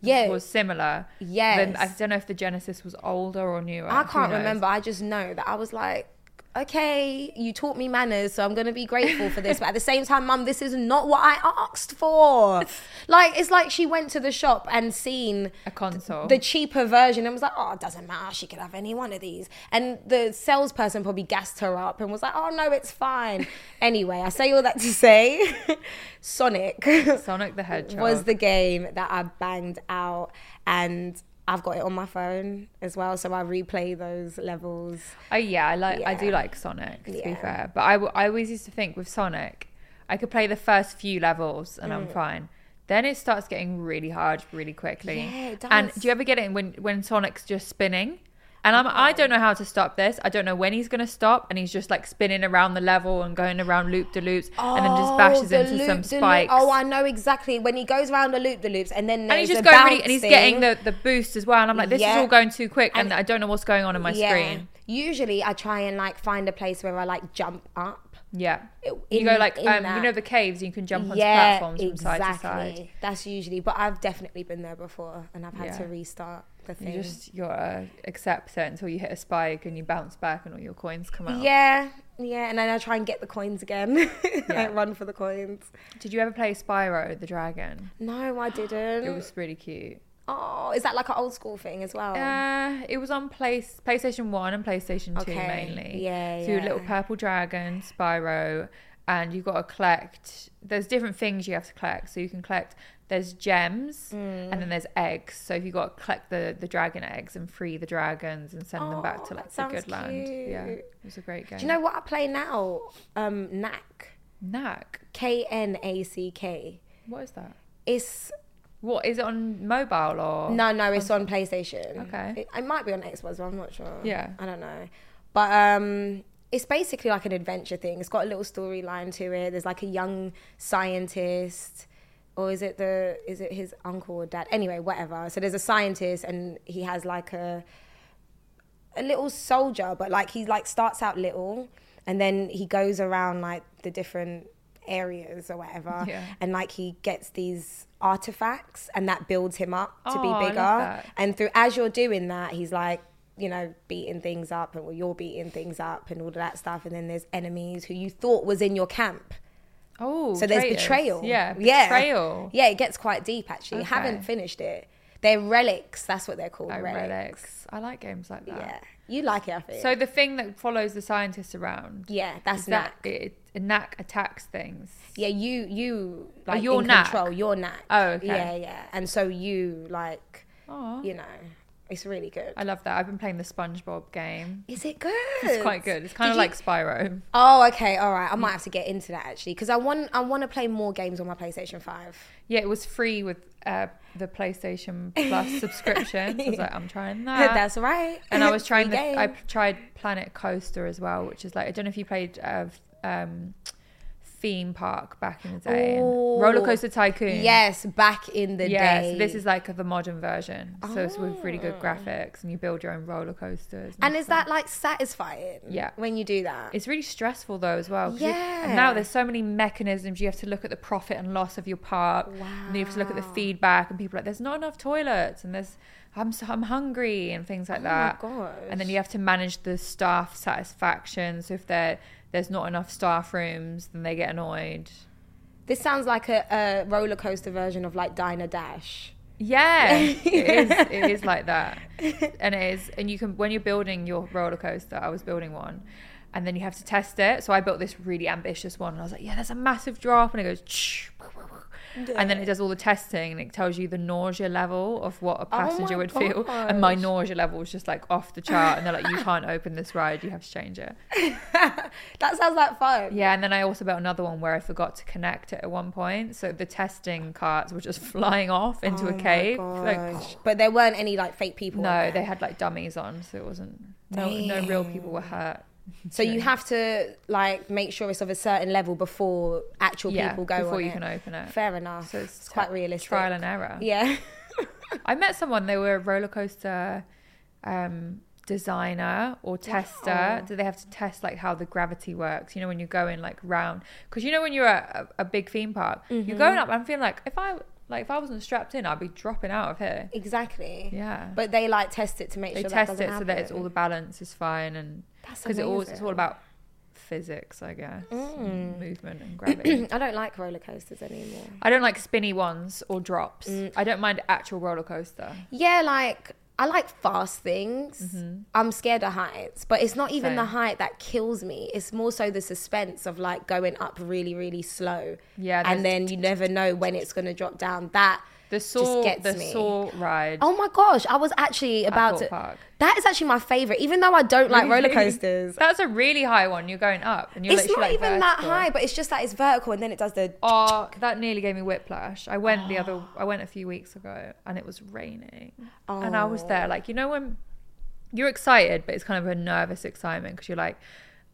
[SPEAKER 2] Yeah.
[SPEAKER 1] was similar. Then
[SPEAKER 2] Yes.
[SPEAKER 1] I don't know if the Genesis was older or newer.
[SPEAKER 2] I
[SPEAKER 1] Who
[SPEAKER 2] can't
[SPEAKER 1] knows?
[SPEAKER 2] remember. I just know that I was like, okay, you taught me manners, so I'm going to be grateful for this. But at the same time, mum, this is not what I asked for. like, it's like she went to the shop and seen
[SPEAKER 1] a console.
[SPEAKER 2] the cheaper version and was like, oh, it doesn't matter. She could have any one of these. And the salesperson probably gassed her up and was like, oh, no, it's fine. anyway, I say all that to say Sonic
[SPEAKER 1] Sonic the Hedgehog
[SPEAKER 2] was the game that I banged out and I've got it on my phone as well, so I replay those levels.
[SPEAKER 1] Oh yeah, I like I do
[SPEAKER 2] Yeah.
[SPEAKER 1] like Sonic to be
[SPEAKER 2] Yeah.
[SPEAKER 1] fair, but I, w- I always used to think with Sonic, I could play the first few levels and
[SPEAKER 2] Mm.
[SPEAKER 1] I'm fine. Then it starts getting really hard really quickly.
[SPEAKER 2] Yeah, it
[SPEAKER 1] And
[SPEAKER 2] does. Oh
[SPEAKER 1] do you ever get it when when Sonic's just spinning And I'm, I don't know how to stop this. I don't know when he's going to stop. And he's just like spinning around the level and going around loop de loops and then just bashes
[SPEAKER 2] Oh, the
[SPEAKER 1] into some
[SPEAKER 2] loop-de-loop.
[SPEAKER 1] spikes.
[SPEAKER 2] Oh, I know exactly. When he goes around the loop the loops and then
[SPEAKER 1] and he's
[SPEAKER 2] there's
[SPEAKER 1] just
[SPEAKER 2] the
[SPEAKER 1] going really, and he's
[SPEAKER 2] bouncing.
[SPEAKER 1] getting the, the boost as well. And I'm like, this is
[SPEAKER 2] Yeah.
[SPEAKER 1] all going too quick, and,
[SPEAKER 2] And-
[SPEAKER 1] I don't know what's going on on my screen.
[SPEAKER 2] Usually I try and like find a place where I like jump up.
[SPEAKER 1] Yeah, you
[SPEAKER 2] in-
[SPEAKER 1] go like
[SPEAKER 2] in
[SPEAKER 1] um, you
[SPEAKER 2] that.
[SPEAKER 1] know the caves, you can jump onto platforms from side to side.
[SPEAKER 2] That's usually, but I've definitely been there before and I've had
[SPEAKER 1] Yeah.
[SPEAKER 2] to restart the
[SPEAKER 1] You
[SPEAKER 2] thing.
[SPEAKER 1] just you gotta accept it until you hit a spike and you bounce back and all your coins come out.
[SPEAKER 2] yeah, yeah, and then I try and get the coins again. I run for the coins.
[SPEAKER 1] Did you ever play Spyro the Dragon?
[SPEAKER 2] No, I didn't.
[SPEAKER 1] It was really cute.
[SPEAKER 2] oh, is that like an old school thing as well?
[SPEAKER 1] Uh, it was on place PlayStation One and PlayStation Two
[SPEAKER 2] Okay.
[SPEAKER 1] mainly.
[SPEAKER 2] Yeah,
[SPEAKER 1] So you had little
[SPEAKER 2] yeah.
[SPEAKER 1] purple dragon, Spyro, and you got to collect. There's different things you have to collect. So you can collect. There's gems, and
[SPEAKER 2] Mm.
[SPEAKER 1] then there's eggs. So if you got to collect the the dragon eggs and free the dragons and send them back to
[SPEAKER 2] Oh,
[SPEAKER 1] like the
[SPEAKER 2] that
[SPEAKER 1] good
[SPEAKER 2] sounds
[SPEAKER 1] land. Yeah,
[SPEAKER 2] cute.
[SPEAKER 1] it was a great game.
[SPEAKER 2] Do you know what I play now? Um, Knack.
[SPEAKER 1] Knack?
[SPEAKER 2] K N A C K.
[SPEAKER 1] What is that?
[SPEAKER 2] It's
[SPEAKER 1] What is it on mobile or?
[SPEAKER 2] no, no, it's on PlayStation.
[SPEAKER 1] Okay.
[SPEAKER 2] It, it might be on Xbox, but I'm not sure.
[SPEAKER 1] Yeah.
[SPEAKER 2] I don't know. But um it's basically like an adventure thing. It's got a little storyline to it. There's like a young scientist or is it the is it his uncle or dad? Anyway, whatever. So there's a scientist and he has like a a little soldier, but like he like starts out little and then he goes around like the different areas or whatever
[SPEAKER 1] Yeah.
[SPEAKER 2] and like he gets these artifacts and that builds him up to
[SPEAKER 1] Oh, I
[SPEAKER 2] be
[SPEAKER 1] love
[SPEAKER 2] bigger
[SPEAKER 1] that.
[SPEAKER 2] and through as you're doing that he's like you know beating things up and well you're beating things up and all of that stuff and then there's enemies who you thought was in your camp
[SPEAKER 1] Oh,
[SPEAKER 2] so there's
[SPEAKER 1] traitors.
[SPEAKER 2] betrayal
[SPEAKER 1] Yeah,
[SPEAKER 2] yeah
[SPEAKER 1] betrayal.
[SPEAKER 2] yeah it gets quite deep actually
[SPEAKER 1] Okay.
[SPEAKER 2] haven't finished it they're relics that's what they're called
[SPEAKER 1] Oh,
[SPEAKER 2] relics.
[SPEAKER 1] relics. I like games like that.
[SPEAKER 2] yeah you like it i think
[SPEAKER 1] So the thing that follows the scientists around,
[SPEAKER 2] yeah that's
[SPEAKER 1] is that
[SPEAKER 2] knack
[SPEAKER 1] it, it, knack attacks things.
[SPEAKER 2] yeah you you like
[SPEAKER 1] Oh, you're
[SPEAKER 2] in
[SPEAKER 1] knack?
[SPEAKER 2] control you're knack
[SPEAKER 1] Oh, okay.
[SPEAKER 2] yeah yeah and so you like
[SPEAKER 1] Oh,
[SPEAKER 2] you know it's really good
[SPEAKER 1] I love that. I've been playing the SpongeBob game.
[SPEAKER 2] Is it good?
[SPEAKER 1] It's quite good. It's kind
[SPEAKER 2] Did
[SPEAKER 1] of
[SPEAKER 2] you-
[SPEAKER 1] like Spyro.
[SPEAKER 2] Oh, okay, all right. I might have to get into that actually because I want I want to play more games on my PlayStation Five.
[SPEAKER 1] Yeah, it was free with uh, the PlayStation Plus subscription. So I was like, I'm trying that.
[SPEAKER 2] That's right.
[SPEAKER 1] Uh, and I was trying.
[SPEAKER 2] Free
[SPEAKER 1] The,
[SPEAKER 2] game.
[SPEAKER 1] I tried Planet Coaster as well, which is like I don't know if you played uh, um, theme park back in the day. and Roller
[SPEAKER 2] Ooh.
[SPEAKER 1] Coaster Tycoon.
[SPEAKER 2] yes, back in the
[SPEAKER 1] Yes,
[SPEAKER 2] day. Oh.
[SPEAKER 1] this is like the modern version. So it's with really good graphics, and you build your own roller coasters.
[SPEAKER 2] and is
[SPEAKER 1] stuff.
[SPEAKER 2] that like satisfying?
[SPEAKER 1] Yeah.
[SPEAKER 2] when you do that.
[SPEAKER 1] It's really stressful though as well. 'cause you- and now
[SPEAKER 2] Yeah.
[SPEAKER 1] there's so many mechanisms. You have to look at the profit and loss of your park. And you have to look at the feedback and people are like, there's not enough toilets and there's I'm so, I'm hungry and things
[SPEAKER 2] Oh
[SPEAKER 1] like that. And then you have to manage the staff satisfaction. So if there there's not enough staff rooms, then they get annoyed.
[SPEAKER 2] this sounds like a, a roller coaster version of like Diner Dash.
[SPEAKER 1] Yeah, it is. It is like that, and it is. And you can when you're building your roller coaster. I was building one, and then you have to test it. So I built this really ambitious one, and I was like, "Yeah, there's a massive drop," and it goes, and then it does all the testing, and it tells you the nausea level of what a passenger
[SPEAKER 2] my
[SPEAKER 1] would feel. And my nausea level was just like off the chart, and they're like, "You can't open this ride. You have to change it."
[SPEAKER 2] That sounds like fun.
[SPEAKER 1] Yeah, and then I also built another one where I forgot to connect it at one point, so the testing carts were just flying off into a cave. Like,
[SPEAKER 2] Gosh. But there weren't any like fake people. on
[SPEAKER 1] No,
[SPEAKER 2] there.
[SPEAKER 1] they had like dummies on, so it wasn't. No, no real people were hurt.
[SPEAKER 2] So you have to like make sure it's of a certain level before actual
[SPEAKER 1] Yeah,
[SPEAKER 2] people go
[SPEAKER 1] before
[SPEAKER 2] on
[SPEAKER 1] you
[SPEAKER 2] it.
[SPEAKER 1] can open it.
[SPEAKER 2] Fair enough.
[SPEAKER 1] So
[SPEAKER 2] Ah, it's, quite
[SPEAKER 1] t-
[SPEAKER 2] realistic.
[SPEAKER 1] Trial and error.
[SPEAKER 2] yeah.
[SPEAKER 1] I met someone. They were a roller coaster um, designer or tester. Do they have to test like how the gravity works? You know, when you're going like round, because you know when you're at a, a big theme park, you're
[SPEAKER 2] Mm-hmm.
[SPEAKER 1] going up. I'm feeling like if I like if I wasn't strapped in, I'd be dropping out of here.
[SPEAKER 2] exactly.
[SPEAKER 1] Yeah.
[SPEAKER 2] But they like test it to make
[SPEAKER 1] They
[SPEAKER 2] sure
[SPEAKER 1] test
[SPEAKER 2] that
[SPEAKER 1] it
[SPEAKER 2] doesn't
[SPEAKER 1] so that it's all the
[SPEAKER 2] happen.
[SPEAKER 1] balance is fine and
[SPEAKER 2] That's
[SPEAKER 1] because it all it's all
[SPEAKER 2] amazing. Mm.
[SPEAKER 1] about physics, I guess, and movement and gravity.
[SPEAKER 2] I don't like roller coasters anymore.
[SPEAKER 1] I don't like spinny ones or drops.
[SPEAKER 2] Mm.
[SPEAKER 1] I don't mind actual roller coaster.
[SPEAKER 2] Yeah, like I like fast things. I'm scared of heights, but it's not even the
[SPEAKER 1] Same.
[SPEAKER 2] height that kills me. It's more so the suspense of like going up really, really slow.
[SPEAKER 1] Yeah,
[SPEAKER 2] and
[SPEAKER 1] there's-
[SPEAKER 2] then you never know when it's going to drop down. That
[SPEAKER 1] The
[SPEAKER 2] just
[SPEAKER 1] saw,
[SPEAKER 2] gets
[SPEAKER 1] the
[SPEAKER 2] me.
[SPEAKER 1] saw ride.
[SPEAKER 2] Oh my gosh, I was actually about
[SPEAKER 1] Thought
[SPEAKER 2] to.
[SPEAKER 1] Park.
[SPEAKER 2] That is actually my favorite, even though I don't like roller
[SPEAKER 1] Really?
[SPEAKER 2] coasters.
[SPEAKER 1] That's a really high one. You're going up, and you're
[SPEAKER 2] It's not
[SPEAKER 1] literally, like,
[SPEAKER 2] even that
[SPEAKER 1] vertical.
[SPEAKER 2] high, but it's just that it's vertical and then it does the.
[SPEAKER 1] Oh, that nearly gave me whiplash. I went the
[SPEAKER 2] Oh.
[SPEAKER 1] other. I went a few weeks ago, and it was raining, and I was there like you know when you're excited, but it's kind of a nervous excitement because you're like,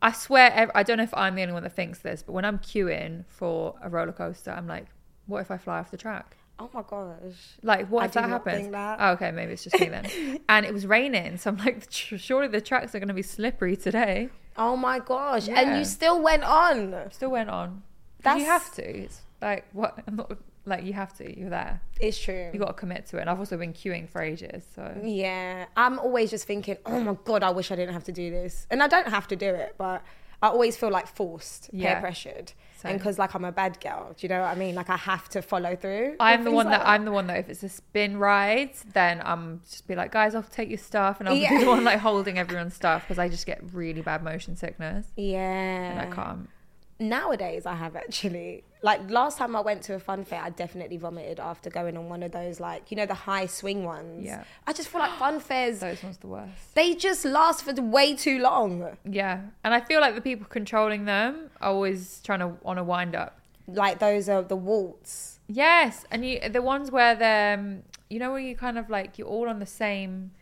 [SPEAKER 1] I swear, ev- I don't know if I'm the only one that thinks this, but when I'm queuing for a roller coaster, I'm like, what if I fly off the track?
[SPEAKER 2] Oh my gosh.
[SPEAKER 1] Like, what
[SPEAKER 2] I
[SPEAKER 1] if
[SPEAKER 2] do
[SPEAKER 1] that
[SPEAKER 2] not
[SPEAKER 1] happens?
[SPEAKER 2] think that.
[SPEAKER 1] Oh, okay, maybe it's just me then. and it was raining, so I'm like, surely the tracks are going to be slippery today.
[SPEAKER 2] Oh my gosh. And
[SPEAKER 1] Yeah.
[SPEAKER 2] you still went on.
[SPEAKER 1] Still went on. 'Cause
[SPEAKER 2] That's-
[SPEAKER 1] you have to. It's like what? I'm not like you have to. You're there.
[SPEAKER 2] It's true.
[SPEAKER 1] You got to commit to it. And I've also been queuing for ages, so
[SPEAKER 2] Yeah, I'm always just thinking, oh my god, I wish I didn't have to do this, and I don't have to do it, but I always feel like forced,
[SPEAKER 1] Yeah.
[SPEAKER 2] peer pressured,
[SPEAKER 1] Same.
[SPEAKER 2] And 'cause and because like I'm a bad girl, do you know what I mean? Like I have to follow through.
[SPEAKER 1] I'm
[SPEAKER 2] with
[SPEAKER 1] the
[SPEAKER 2] things
[SPEAKER 1] one
[SPEAKER 2] like
[SPEAKER 1] that I'm the one that if it's a spin ride, then I'm just be like, guys, I'll take your stuff, and I'll
[SPEAKER 2] Yeah.
[SPEAKER 1] be the one like holding everyone's stuff because I just get really bad motion sickness and
[SPEAKER 2] Yeah.
[SPEAKER 1] I can't.
[SPEAKER 2] Nowadays, I have actually. Like last time I went to a fun fair, I definitely vomited after going on one of those, like you know, the high swing ones.
[SPEAKER 1] Yeah.
[SPEAKER 2] I just feel like fun fairs.
[SPEAKER 1] Those ones the worst.
[SPEAKER 2] They just last for way too long.
[SPEAKER 1] Yeah, and I feel like the people controlling them are always trying to on a wind up.
[SPEAKER 2] Like those are the waltz.
[SPEAKER 1] Yes, and you the ones where they're um, you know where you kind of like you're all on the same.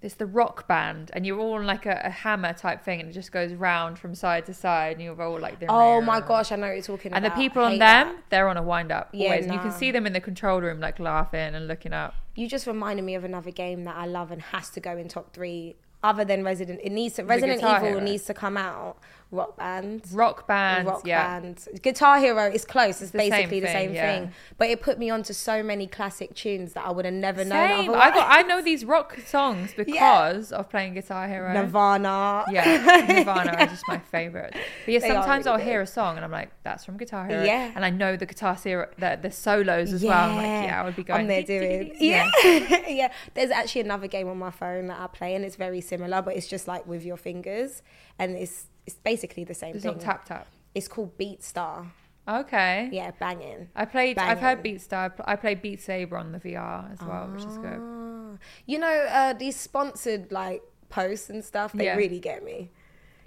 [SPEAKER 1] It's the rock band, and you're all on like a, a hammer type thing, and it just goes round from side to side, and you're all like.
[SPEAKER 2] Oh my gosh, I know what you're talking
[SPEAKER 1] And
[SPEAKER 2] about.
[SPEAKER 1] the people
[SPEAKER 2] I
[SPEAKER 1] on them,
[SPEAKER 2] hate that.
[SPEAKER 1] they're on a wind up
[SPEAKER 2] Yeah,
[SPEAKER 1] always. And you can
[SPEAKER 2] nah.
[SPEAKER 1] see them in the control room, like laughing and looking up.
[SPEAKER 2] You just reminded me of another game that I love and has to go in top three. Other than Resident, it needs to, Resident
[SPEAKER 1] Guitar
[SPEAKER 2] Evil
[SPEAKER 1] Hero.
[SPEAKER 2] needs to come out. Rock Band,
[SPEAKER 1] Rock bands,
[SPEAKER 2] Rock
[SPEAKER 1] yeah.
[SPEAKER 2] Band, Guitar Hero is close. It's,
[SPEAKER 1] the same
[SPEAKER 2] basically the
[SPEAKER 1] thing,
[SPEAKER 2] same
[SPEAKER 1] yeah.
[SPEAKER 2] thing, but it put me onto so many classic tunes that I would have never known.
[SPEAKER 1] Same.
[SPEAKER 2] otherwise.
[SPEAKER 1] I got. I know these rock songs because of playing Guitar Hero.
[SPEAKER 2] Nirvana.
[SPEAKER 1] Yeah, Nirvana are just my favorite. But yeah,
[SPEAKER 2] They are
[SPEAKER 1] sometimes
[SPEAKER 2] really
[SPEAKER 1] I'll
[SPEAKER 2] good.
[SPEAKER 1] hear a song and I'm like, "That's from Guitar Hero."
[SPEAKER 2] Yeah.
[SPEAKER 1] and I know the guitar ser- the, the solos as well. I'm like, yeah, I would be going.
[SPEAKER 2] I'm there
[SPEAKER 1] "Dee, dee, dee,
[SPEAKER 2] doing.
[SPEAKER 1] dee."
[SPEAKER 2] Yeah. yeah. There's actually another game on my phone that I play and it's very similar, but it's just like with your fingers and it's it's basically the same
[SPEAKER 1] it's
[SPEAKER 2] thing.
[SPEAKER 1] not tap tap.
[SPEAKER 2] It's called Beat Star.
[SPEAKER 1] Okay.
[SPEAKER 2] Yeah, banging.
[SPEAKER 1] I played. I've
[SPEAKER 2] Banging.
[SPEAKER 1] heard Beat Star. I pl- I played Beat Saber on the VR as well, which is good.
[SPEAKER 2] Ah. You know, uh, these sponsored like posts and stuff, they
[SPEAKER 1] Yeah.
[SPEAKER 2] really get me.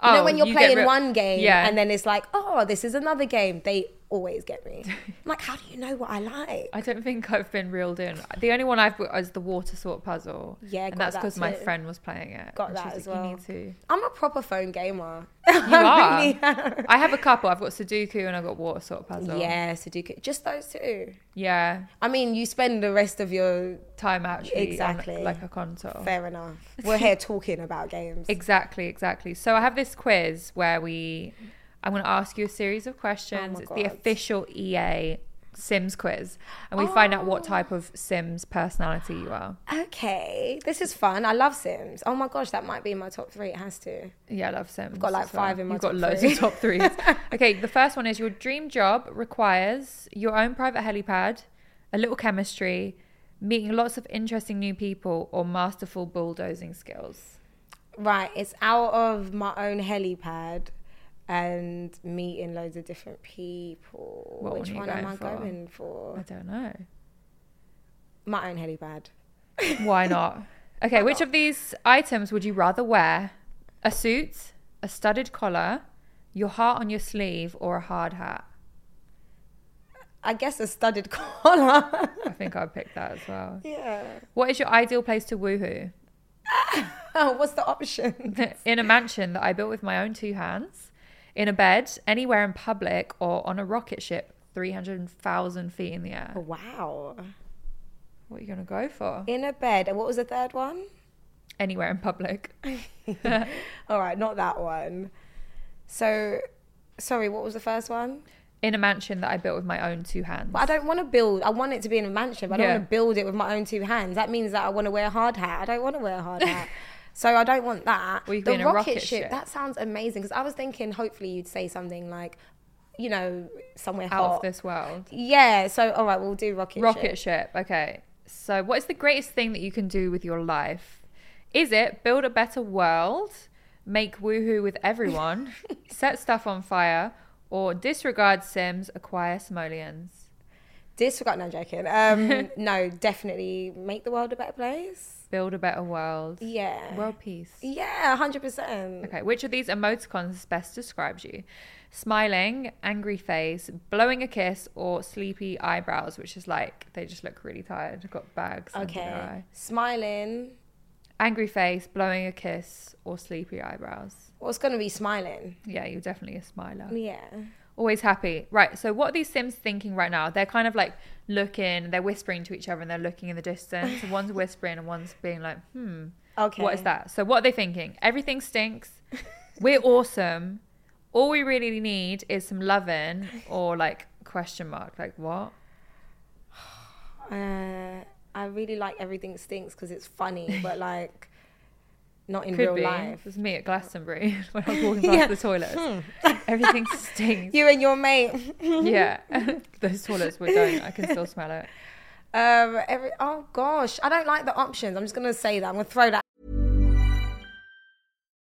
[SPEAKER 1] Oh,
[SPEAKER 2] Ah. You know, when you're
[SPEAKER 1] get
[SPEAKER 2] playing
[SPEAKER 1] real-
[SPEAKER 2] one game
[SPEAKER 1] yeah,
[SPEAKER 2] and then it's like, oh, this is another game, they always get me. I'm like, how do you know what I like?
[SPEAKER 1] I don't think I've been reeled in. The only one I've got is the water sort puzzle.
[SPEAKER 2] Yeah,
[SPEAKER 1] and
[SPEAKER 2] got
[SPEAKER 1] that's
[SPEAKER 2] that
[SPEAKER 1] because my
[SPEAKER 2] too.
[SPEAKER 1] friend was playing it.
[SPEAKER 2] Got
[SPEAKER 1] and she
[SPEAKER 2] that
[SPEAKER 1] was
[SPEAKER 2] as
[SPEAKER 1] like,
[SPEAKER 2] well.
[SPEAKER 1] You need to.
[SPEAKER 2] I'm a proper phone gamer.
[SPEAKER 1] You are.
[SPEAKER 2] really
[SPEAKER 1] I have a couple. I've got Sudoku and I've got water sort puzzle.
[SPEAKER 2] yeah, Sudoku. Just those two.
[SPEAKER 1] yeah.
[SPEAKER 2] I mean, you spend the rest of your.
[SPEAKER 1] Time actually on,
[SPEAKER 2] Exactly.
[SPEAKER 1] like a console.
[SPEAKER 2] Fair enough. We're here talking about games.
[SPEAKER 1] Exactly, exactly. So I have this quiz where we, I'm going to ask you a series of questions.
[SPEAKER 2] Oh my
[SPEAKER 1] it's the
[SPEAKER 2] God.
[SPEAKER 1] official EA Sims quiz, and we find out what
[SPEAKER 2] Oh.
[SPEAKER 1] type of Sims personality you are.
[SPEAKER 2] Okay, this is fun. I love Sims. Oh my gosh, that might be in my top three. It has to.
[SPEAKER 1] Yeah, I love Sims. I've
[SPEAKER 2] got, like, five in my
[SPEAKER 1] You've got
[SPEAKER 2] top
[SPEAKER 1] loads
[SPEAKER 2] three.
[SPEAKER 1] of top threes. okay, the first one is your dream job requires your own private helipad, a little chemistry, meeting lots of interesting new people, or masterful bulldozing skills.
[SPEAKER 2] Right, it's out of my own helipad and meeting loads of different people.
[SPEAKER 1] What
[SPEAKER 2] Which
[SPEAKER 1] one are you
[SPEAKER 2] one am
[SPEAKER 1] going
[SPEAKER 2] I
[SPEAKER 1] for?
[SPEAKER 2] going
[SPEAKER 1] I
[SPEAKER 2] for?
[SPEAKER 1] don't know.
[SPEAKER 2] My own helipad.
[SPEAKER 1] Why not? Okay, which of these items would you rather wear? A suit, a studded collar, your heart on your sleeve, or a hard hat?
[SPEAKER 2] I guess a studded collar.
[SPEAKER 1] I think I'd pick that as well.
[SPEAKER 2] yeah.
[SPEAKER 1] What is your ideal place to woohoo?
[SPEAKER 2] Oh, what's the option?
[SPEAKER 1] in a mansion that I built with my own two hands, in a bed, anywhere in public, or on a rocket ship 300,000 feet in the air.
[SPEAKER 2] Wow.
[SPEAKER 1] What are you going to go for?
[SPEAKER 2] In a bed. And what was the third one?
[SPEAKER 1] Anywhere in public.
[SPEAKER 2] All right, not that one. So, sorry, what was the first one?
[SPEAKER 1] In a mansion that I built with my own two hands.
[SPEAKER 2] But I don't want to build. I want it to be in a mansion, but I don't
[SPEAKER 1] Yeah.
[SPEAKER 2] want to build it with my own two hands. That means that I want to wear a hard hat. I don't want to wear a hard hat. So I don't want that.
[SPEAKER 1] Well, you could
[SPEAKER 2] the
[SPEAKER 1] be in a rocket ship.
[SPEAKER 2] That sounds amazing because I was thinking hopefully you'd say something like, you know, somewhere
[SPEAKER 1] Out
[SPEAKER 2] hot.
[SPEAKER 1] of this world.
[SPEAKER 2] Yeah. So all right, we'll do rocket.
[SPEAKER 1] Rocket
[SPEAKER 2] ship.
[SPEAKER 1] ship. Okay. So, what is the greatest thing that you can do with your life? Is it build a better world, make woohoo with everyone, set stuff on fire, or disregard Sims, acquire Simoleons?
[SPEAKER 2] Disregard. No joking. Um, no, definitely make the world a better place.
[SPEAKER 1] Build a better world.
[SPEAKER 2] Yeah.
[SPEAKER 1] World peace.
[SPEAKER 2] yeah, hundred percent.
[SPEAKER 1] Okay, which of these emoticons best describes you? Smiling, angry face, blowing a kiss, or sleepy eyebrows, which is like they just look really tired, got bags. under their
[SPEAKER 2] Okay.
[SPEAKER 1] eye.
[SPEAKER 2] Smiling.
[SPEAKER 1] angry face, blowing a kiss, or sleepy eyebrows.
[SPEAKER 2] Well, it's gonna be smiling.
[SPEAKER 1] Yeah, you're definitely a smiler.
[SPEAKER 2] Yeah.
[SPEAKER 1] Always happy. Right. So what are these Sims thinking right now? They're kind of like looking, they're whispering to each other and they're looking in the distance. one's whispering and one's being like, hmm,
[SPEAKER 2] Okay.
[SPEAKER 1] what is that? So what are they thinking? Everything stinks. We're awesome. All we really need is some loving or like question mark. Like what?
[SPEAKER 2] Uh, I really like everything stinks because it's funny, but like not in
[SPEAKER 1] Could
[SPEAKER 2] real
[SPEAKER 1] be. It
[SPEAKER 2] life.
[SPEAKER 1] was me at Glastonbury when I was walking past
[SPEAKER 2] Yeah. Hmm.
[SPEAKER 1] the toilets. Everything stinks.
[SPEAKER 2] You and your mate.
[SPEAKER 1] yeah. Those toilets were going. I can still smell it.
[SPEAKER 2] Um, every, oh gosh, I don't like the options. I'm just gonna say that. I'm gonna throw that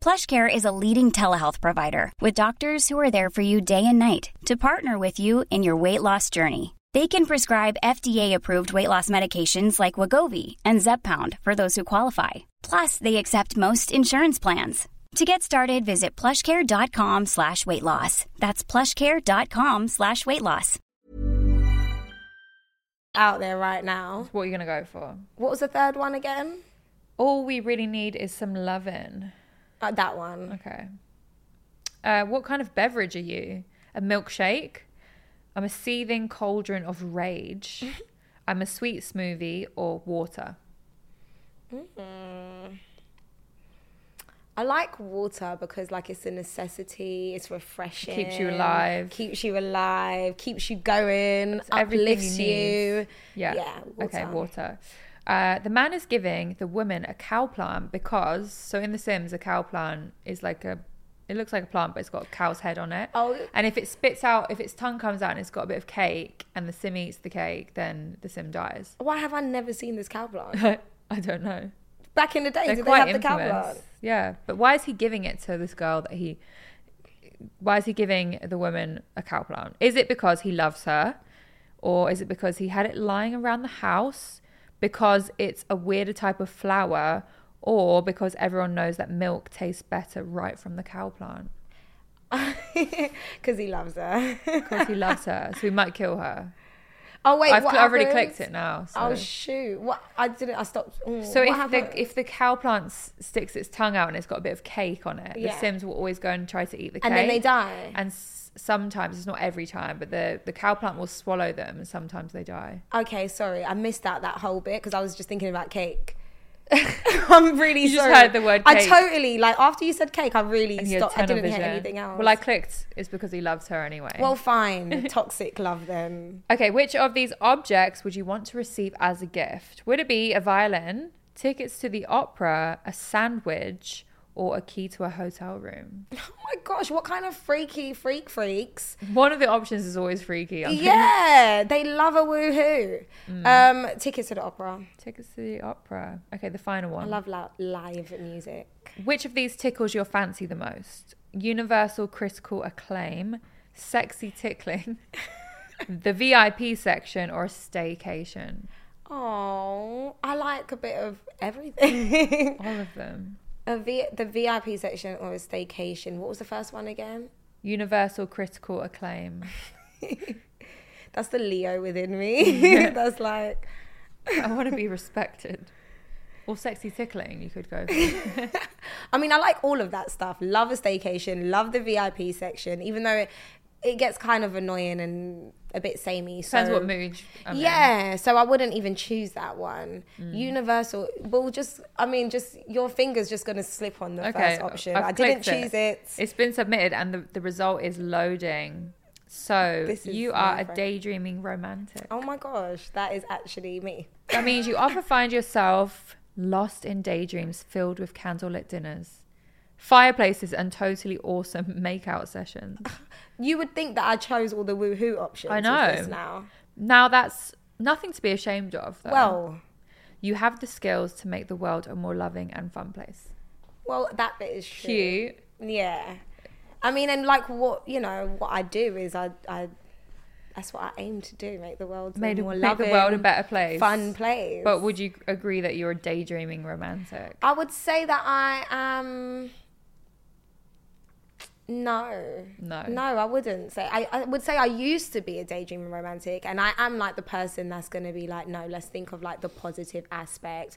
[SPEAKER 3] PlushCare is a leading telehealth provider with doctors who are there for you day and night to partner with you in your weight loss journey. They can prescribe FDA-approved weight loss medications like Wagovi and Zepbound for those who qualify. Plus, they accept most insurance plans. To get started, visit plushcare.com slash weight loss. That's plushcare.com slash weight loss.
[SPEAKER 2] out there right now.
[SPEAKER 1] What are you going to go for?
[SPEAKER 2] What was the third one again?
[SPEAKER 1] All we really need is some lovin'.
[SPEAKER 2] Uh, that one.
[SPEAKER 1] Okay. Uh, what kind of beverage are you? A milkshake? I'm a seething cauldron of rage. I'm a sweet smoothie or water.
[SPEAKER 2] I like water because like it's a necessity. It's refreshing.
[SPEAKER 1] Keeps you alive.
[SPEAKER 2] Keeps you alive. Keeps you going.
[SPEAKER 1] everything you
[SPEAKER 2] uplifts you.
[SPEAKER 1] need. Yeah.
[SPEAKER 2] Yeah.
[SPEAKER 1] Okay, water. Uh, the man is giving the woman a cow plant because so in The Sims a cow plant is like a it looks like a plant but it's got a cow's head on it.
[SPEAKER 2] Oh.
[SPEAKER 1] And if it spits out if its tongue comes out and it's got a bit of cake and the sim eats the cake, then the sim dies.
[SPEAKER 2] Why have I never seen this cow plant?
[SPEAKER 1] I don't know.
[SPEAKER 2] Back in the day,
[SPEAKER 1] They're
[SPEAKER 2] did they
[SPEAKER 1] quite
[SPEAKER 2] have the
[SPEAKER 1] infamous.
[SPEAKER 2] cow plant?
[SPEAKER 1] Yeah. But why is he giving it to this girl that he why is he giving the woman a cow plant? Is it because he loves her? Or is it because he had it lying around the house because it's a weirder type of flower? Or because everyone knows that milk tastes better right from the cow plant?
[SPEAKER 2] Because he loves her.
[SPEAKER 1] Because he loves her. So he might kill her.
[SPEAKER 2] oh wait,
[SPEAKER 1] I've
[SPEAKER 2] what
[SPEAKER 1] cl- already
[SPEAKER 2] happens?
[SPEAKER 1] clicked it now. So.
[SPEAKER 2] Oh shoot! What I didn't. I stopped. Mm,
[SPEAKER 1] So
[SPEAKER 2] what
[SPEAKER 1] if
[SPEAKER 2] happened?
[SPEAKER 1] the if the cow plant s- sticks its tongue out and it's got a bit of cake on it,
[SPEAKER 2] Yeah.
[SPEAKER 1] the Sims will always go and try to eat the cake,
[SPEAKER 2] And then they die.
[SPEAKER 1] And s- sometimes it's not every time, but the the cow plant will swallow them, and sometimes they die.
[SPEAKER 2] okay, sorry, I missed out that whole bit because I was just thinking about cake. I'm really
[SPEAKER 1] You just
[SPEAKER 2] sorry.
[SPEAKER 1] heard the word
[SPEAKER 2] I
[SPEAKER 1] cake.
[SPEAKER 2] totally like after you said cake. I really
[SPEAKER 1] And he had
[SPEAKER 2] stopped. I
[SPEAKER 1] tunnel
[SPEAKER 2] didn't hear
[SPEAKER 1] vision.
[SPEAKER 2] anything else.
[SPEAKER 1] Well, I clicked. It's because he loves her anyway.
[SPEAKER 2] Well, fine. Toxic love then.
[SPEAKER 1] okay. Which of these objects would you want to receive as a gift? Would it be a violin, tickets to the opera, a sandwich, or a key to a hotel room?
[SPEAKER 2] Oh my gosh, what kind of freaky freak freaks?
[SPEAKER 1] One of the options is always freaky. I think.
[SPEAKER 2] Yeah, they love a woohoo. Um, tickets to the opera.
[SPEAKER 1] Tickets to the opera. Okay, the final one.
[SPEAKER 2] I love li- live music.
[SPEAKER 1] Which of these tickles your fancy the most? Universal critical acclaim, sexy tickling, the VIP section, or a staycation?
[SPEAKER 2] Oh, I like a bit of everything.
[SPEAKER 1] All of them.
[SPEAKER 2] a v- the VIP section or a staycation. What was the first one again?
[SPEAKER 1] Universal critical acclaim.
[SPEAKER 2] That's the Leo within me. That's like,
[SPEAKER 1] I want to be respected. Or sexy tickling, you could go. For.
[SPEAKER 2] I mean, I like all of that stuff. Love a staycation, love the VIP section, even though it, it gets kind of annoying and a bit samey. So
[SPEAKER 1] Depends what mood. I'm in. Mm.
[SPEAKER 2] yeah, so I wouldn't even choose that one. Universal, well, just I mean, just your fingers just gonna slip on the first option.
[SPEAKER 1] I've
[SPEAKER 2] I did
[SPEAKER 1] clicked
[SPEAKER 2] not choose it.
[SPEAKER 1] It's been submitted, and the, the result is loading. So
[SPEAKER 2] This is
[SPEAKER 1] you
[SPEAKER 2] my
[SPEAKER 1] are a
[SPEAKER 2] friend.
[SPEAKER 1] daydreaming romantic.
[SPEAKER 2] Oh my gosh, that is actually me.
[SPEAKER 1] That means you often find yourself lost in daydreams filled with candlelit dinners, fireplaces, and totally awesome makeout sessions.
[SPEAKER 2] You would think that I chose all the woohoo options.
[SPEAKER 1] I
[SPEAKER 2] with
[SPEAKER 1] know.
[SPEAKER 2] this now.
[SPEAKER 1] Now, that's nothing to be ashamed of. Though.
[SPEAKER 2] Well,
[SPEAKER 1] you have the skills to make the world a more loving and fun place.
[SPEAKER 2] well, that bit is true.
[SPEAKER 1] Cute.
[SPEAKER 2] Yeah. I mean, and like what you know, what I do is I, I that's what I aim to do: make the world
[SPEAKER 1] Made
[SPEAKER 2] a
[SPEAKER 1] a-
[SPEAKER 2] more
[SPEAKER 1] make
[SPEAKER 2] loving,
[SPEAKER 1] the world a better place.
[SPEAKER 2] fun place.
[SPEAKER 1] But would you agree that you're a daydreaming romantic?
[SPEAKER 2] I would say that I am. No,
[SPEAKER 1] No.
[SPEAKER 2] no, I wouldn't say. I, I would say I used to be a daydreaming romantic, and I am like the person that's going to be like, no, let's think of like the positive aspect.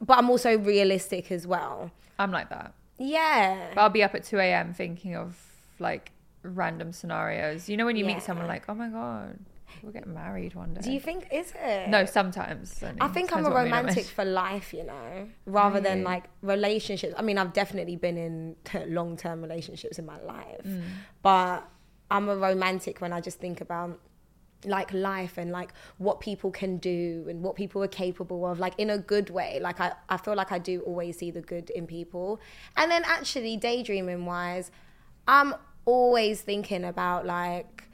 [SPEAKER 2] But I'm also realistic as well.
[SPEAKER 1] I'm like that.
[SPEAKER 2] Yeah,
[SPEAKER 1] But I'll be up at 2 a.m. thinking of like random scenarios. You know, when you
[SPEAKER 2] Yeah.
[SPEAKER 1] meet someone, like, oh my God, we'll get married one day.
[SPEAKER 2] Do you think is it?
[SPEAKER 1] No, sometimes. mean,
[SPEAKER 2] I think I'm
[SPEAKER 1] depends
[SPEAKER 2] a
[SPEAKER 1] what mood in.
[SPEAKER 2] romantic for life, you know, rather than like relationships. I mean, I've definitely been in long term relationships in my life,
[SPEAKER 1] Mm.
[SPEAKER 2] but I'm a romantic when I just think about like life and like what people can do and what people are capable of, like in a good way. Like, I, I feel like I do always see the good in people. And then, actually, daydreaming wise, I'm always thinking about like,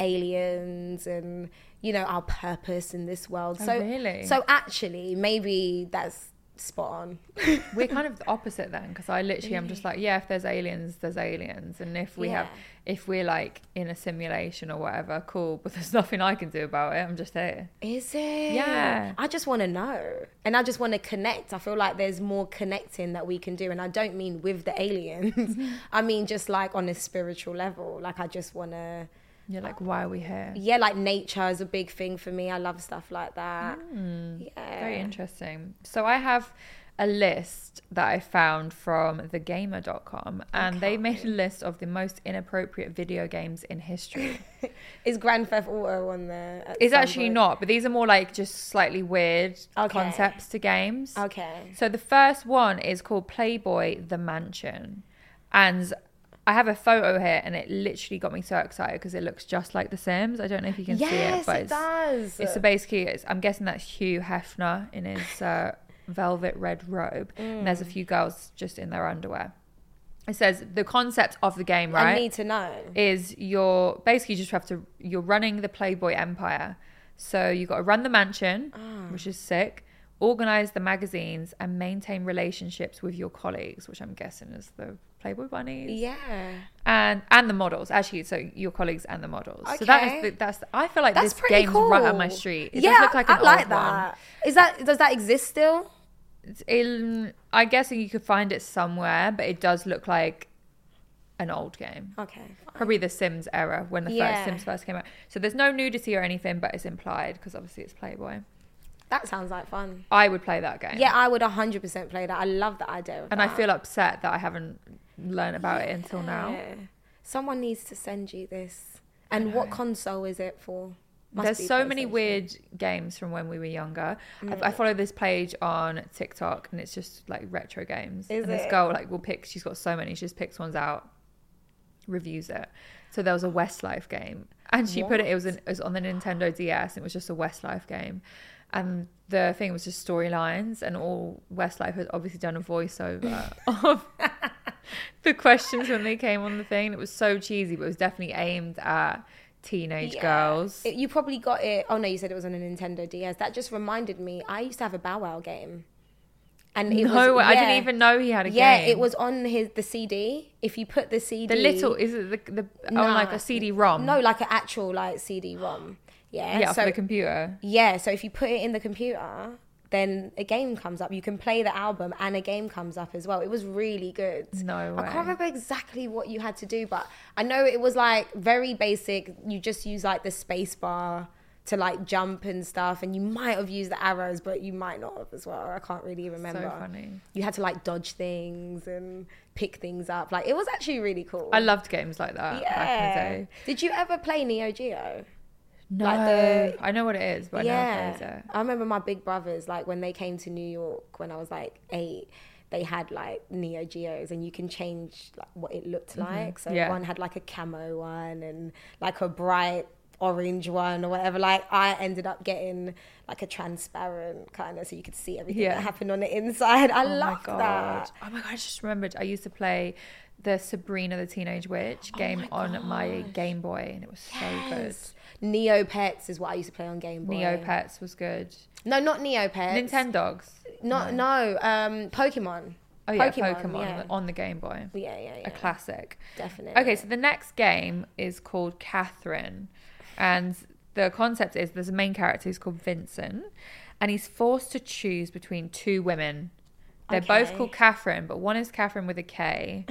[SPEAKER 2] aliens and you know our purpose in this world.
[SPEAKER 1] Oh,
[SPEAKER 2] so
[SPEAKER 1] really?
[SPEAKER 2] so actually, maybe that's spot on.
[SPEAKER 1] We're kind of the opposite then, because I literally am just like, yeah, if there's aliens, there's aliens, and if we have,
[SPEAKER 2] Yeah.
[SPEAKER 1] if we're like in a simulation or whatever, cool. But there's nothing I can do about it. I'm just here.
[SPEAKER 2] Is it?
[SPEAKER 1] Yeah.
[SPEAKER 2] I just want to know, and I just want to connect. I feel like there's more connecting that we can do, and I don't mean with the aliens. I mean just like on a spiritual level. Like I just want to.
[SPEAKER 1] You're like, why are we here?
[SPEAKER 2] Yeah, like nature is a big thing for me. I love stuff like that. Yeah.
[SPEAKER 1] Hmm. Very interesting. So I have a list that I found from thegamer.com and they made a list of the most inappropriate video games in history.
[SPEAKER 2] Is Grand Theft Auto on there? at
[SPEAKER 1] it's
[SPEAKER 2] some
[SPEAKER 1] actually
[SPEAKER 2] point?
[SPEAKER 1] not, but these are more like just slightly weird
[SPEAKER 2] Okay.
[SPEAKER 1] concepts to games.
[SPEAKER 2] Okay.
[SPEAKER 1] So the first one is called Playboy The Mansion. And I have a photo here and it literally got me so excited because it looks just like The Sims. I don't know if you can see it,
[SPEAKER 2] Yes,
[SPEAKER 1] but
[SPEAKER 2] it
[SPEAKER 1] it's,
[SPEAKER 2] does.
[SPEAKER 1] It's basically, it's, I'm guessing that's Hugh Hefner in his uh, velvet red robe. And there's a
[SPEAKER 2] Mm.
[SPEAKER 1] few girls just in their underwear. It says the concept of the game, right?
[SPEAKER 2] I need to know.
[SPEAKER 1] is you're basically you just have to you're running the Playboy empire. So you got to run the mansion,
[SPEAKER 2] Ah.
[SPEAKER 1] which is sick. Organize the magazines and maintain relationships with your colleagues, which I'm guessing is the Playboy bunnies
[SPEAKER 2] Yeah.
[SPEAKER 1] and and the models. Actually, so your colleagues and the models. So that is
[SPEAKER 2] Okay.
[SPEAKER 1] the, that's the, I feel like
[SPEAKER 2] That's
[SPEAKER 1] this
[SPEAKER 2] pretty
[SPEAKER 1] game's
[SPEAKER 2] cool.
[SPEAKER 1] right up my street. It
[SPEAKER 2] yeah,
[SPEAKER 1] does look like an
[SPEAKER 2] I like
[SPEAKER 1] old
[SPEAKER 2] that. Is that does that exist still?
[SPEAKER 1] One. It's in- I guess you could find it somewhere, but it does look like an old game.
[SPEAKER 2] Okay.
[SPEAKER 1] probably the Sims era when the
[SPEAKER 2] Yeah.
[SPEAKER 1] first Sims first came out. So there's no nudity or anything, but it's implied because obviously it's Playboy.
[SPEAKER 2] That sounds like fun.
[SPEAKER 1] I would play that game.
[SPEAKER 2] Yeah, I would 100% play that. I love the idea of
[SPEAKER 1] and I
[SPEAKER 2] that.
[SPEAKER 1] feel upset that I haven't learned about it until now.
[SPEAKER 2] Yeah. Someone needs to send you this. And what console is it for? Must be
[SPEAKER 1] There's so many
[SPEAKER 2] PlayStation. Mm.
[SPEAKER 1] weird games from when we were younger. I, I follow this page on TikTok, and it's just like retro games.
[SPEAKER 2] Is
[SPEAKER 1] and this
[SPEAKER 2] it?
[SPEAKER 1] girl like will pick. She's got so many. She just picks ones out, reviews it. So there was a Westlife game, and she put it. It was, an, it was on the Nintendo DS. And it was just a Westlife game, and the thing was just storylines, and all Westlife had obviously done a voiceover of the questions when they came on the thing. It was so cheesy, but it was definitely aimed at teenage
[SPEAKER 2] Yeah.
[SPEAKER 1] girls.
[SPEAKER 2] It- you probably got it. Oh no, you said it was on a Nintendo DS. That just reminded me. I used to have a Bow Wow game. And it
[SPEAKER 1] no,
[SPEAKER 2] was,
[SPEAKER 1] I didn't
[SPEAKER 2] yeah.
[SPEAKER 1] even know he had a
[SPEAKER 2] Yeah,
[SPEAKER 1] game.
[SPEAKER 2] it was on his the CD. If you put the CD,
[SPEAKER 1] the little. Is it the the oh
[SPEAKER 2] Nah.
[SPEAKER 1] like a CD-ROM?
[SPEAKER 2] No, like an actual like CD-ROM. Yeah.
[SPEAKER 1] Um, yeah,
[SPEAKER 2] so
[SPEAKER 1] for the computer.
[SPEAKER 2] yeah, so if you put it in the computer, then a game comes up. You can play the album and a game comes up as well. It was really good.
[SPEAKER 1] No
[SPEAKER 2] I
[SPEAKER 1] way.
[SPEAKER 2] can't remember exactly what you had to do, but I know it was like very basic. You just use like the space bar to like jump and stuff and you might have used the arrows but you might not have as well i can't really remember
[SPEAKER 1] funny.
[SPEAKER 2] you had to like dodge things and pick things up like it was actually really cool
[SPEAKER 1] I loved games like that back in the
[SPEAKER 2] yeah.
[SPEAKER 1] day.
[SPEAKER 2] Did you ever play Neo Geo?
[SPEAKER 1] No,
[SPEAKER 2] Like the-
[SPEAKER 1] I know what it is, but I
[SPEAKER 2] yeah.
[SPEAKER 1] never played it.
[SPEAKER 2] I remember my big brothers, like when they came to New York when I was like eight, they had like Neo Geos and you can change like what it looked like. So
[SPEAKER 1] Mm-hmm. Yeah.
[SPEAKER 2] one had like a camo one and like a bright orange one or whatever. Like I ended up getting like a transparent kind of so you could see everything
[SPEAKER 1] Yeah.
[SPEAKER 2] that happened on the inside. I
[SPEAKER 1] Oh my
[SPEAKER 2] love
[SPEAKER 1] god!
[SPEAKER 2] that.
[SPEAKER 1] Oh my god! I just remembered. I used to play the Sabrina the Teenage
[SPEAKER 2] Oh
[SPEAKER 1] Witch game on my Game Boy, and it was so
[SPEAKER 2] Neo Pets is what I used to play on Game
[SPEAKER 1] good.
[SPEAKER 2] Boy.
[SPEAKER 1] Neopets was good.
[SPEAKER 2] No, not Neo Pets.
[SPEAKER 1] Nintendogs.
[SPEAKER 2] Not no. Um, Pokemon.
[SPEAKER 1] Oh yeah, Pokemon,
[SPEAKER 2] Pokemon, yeah.
[SPEAKER 1] on the Game Boy.
[SPEAKER 2] Yeah, yeah, yeah.
[SPEAKER 1] A classic.
[SPEAKER 2] Definitely.
[SPEAKER 1] Okay, so the next game is called Catherine. And the concept is there's a main character who's called Vincent, and he's forced to choose between two women. They're both
[SPEAKER 2] Okay.
[SPEAKER 1] called Catherine, but one is Catherine with a K.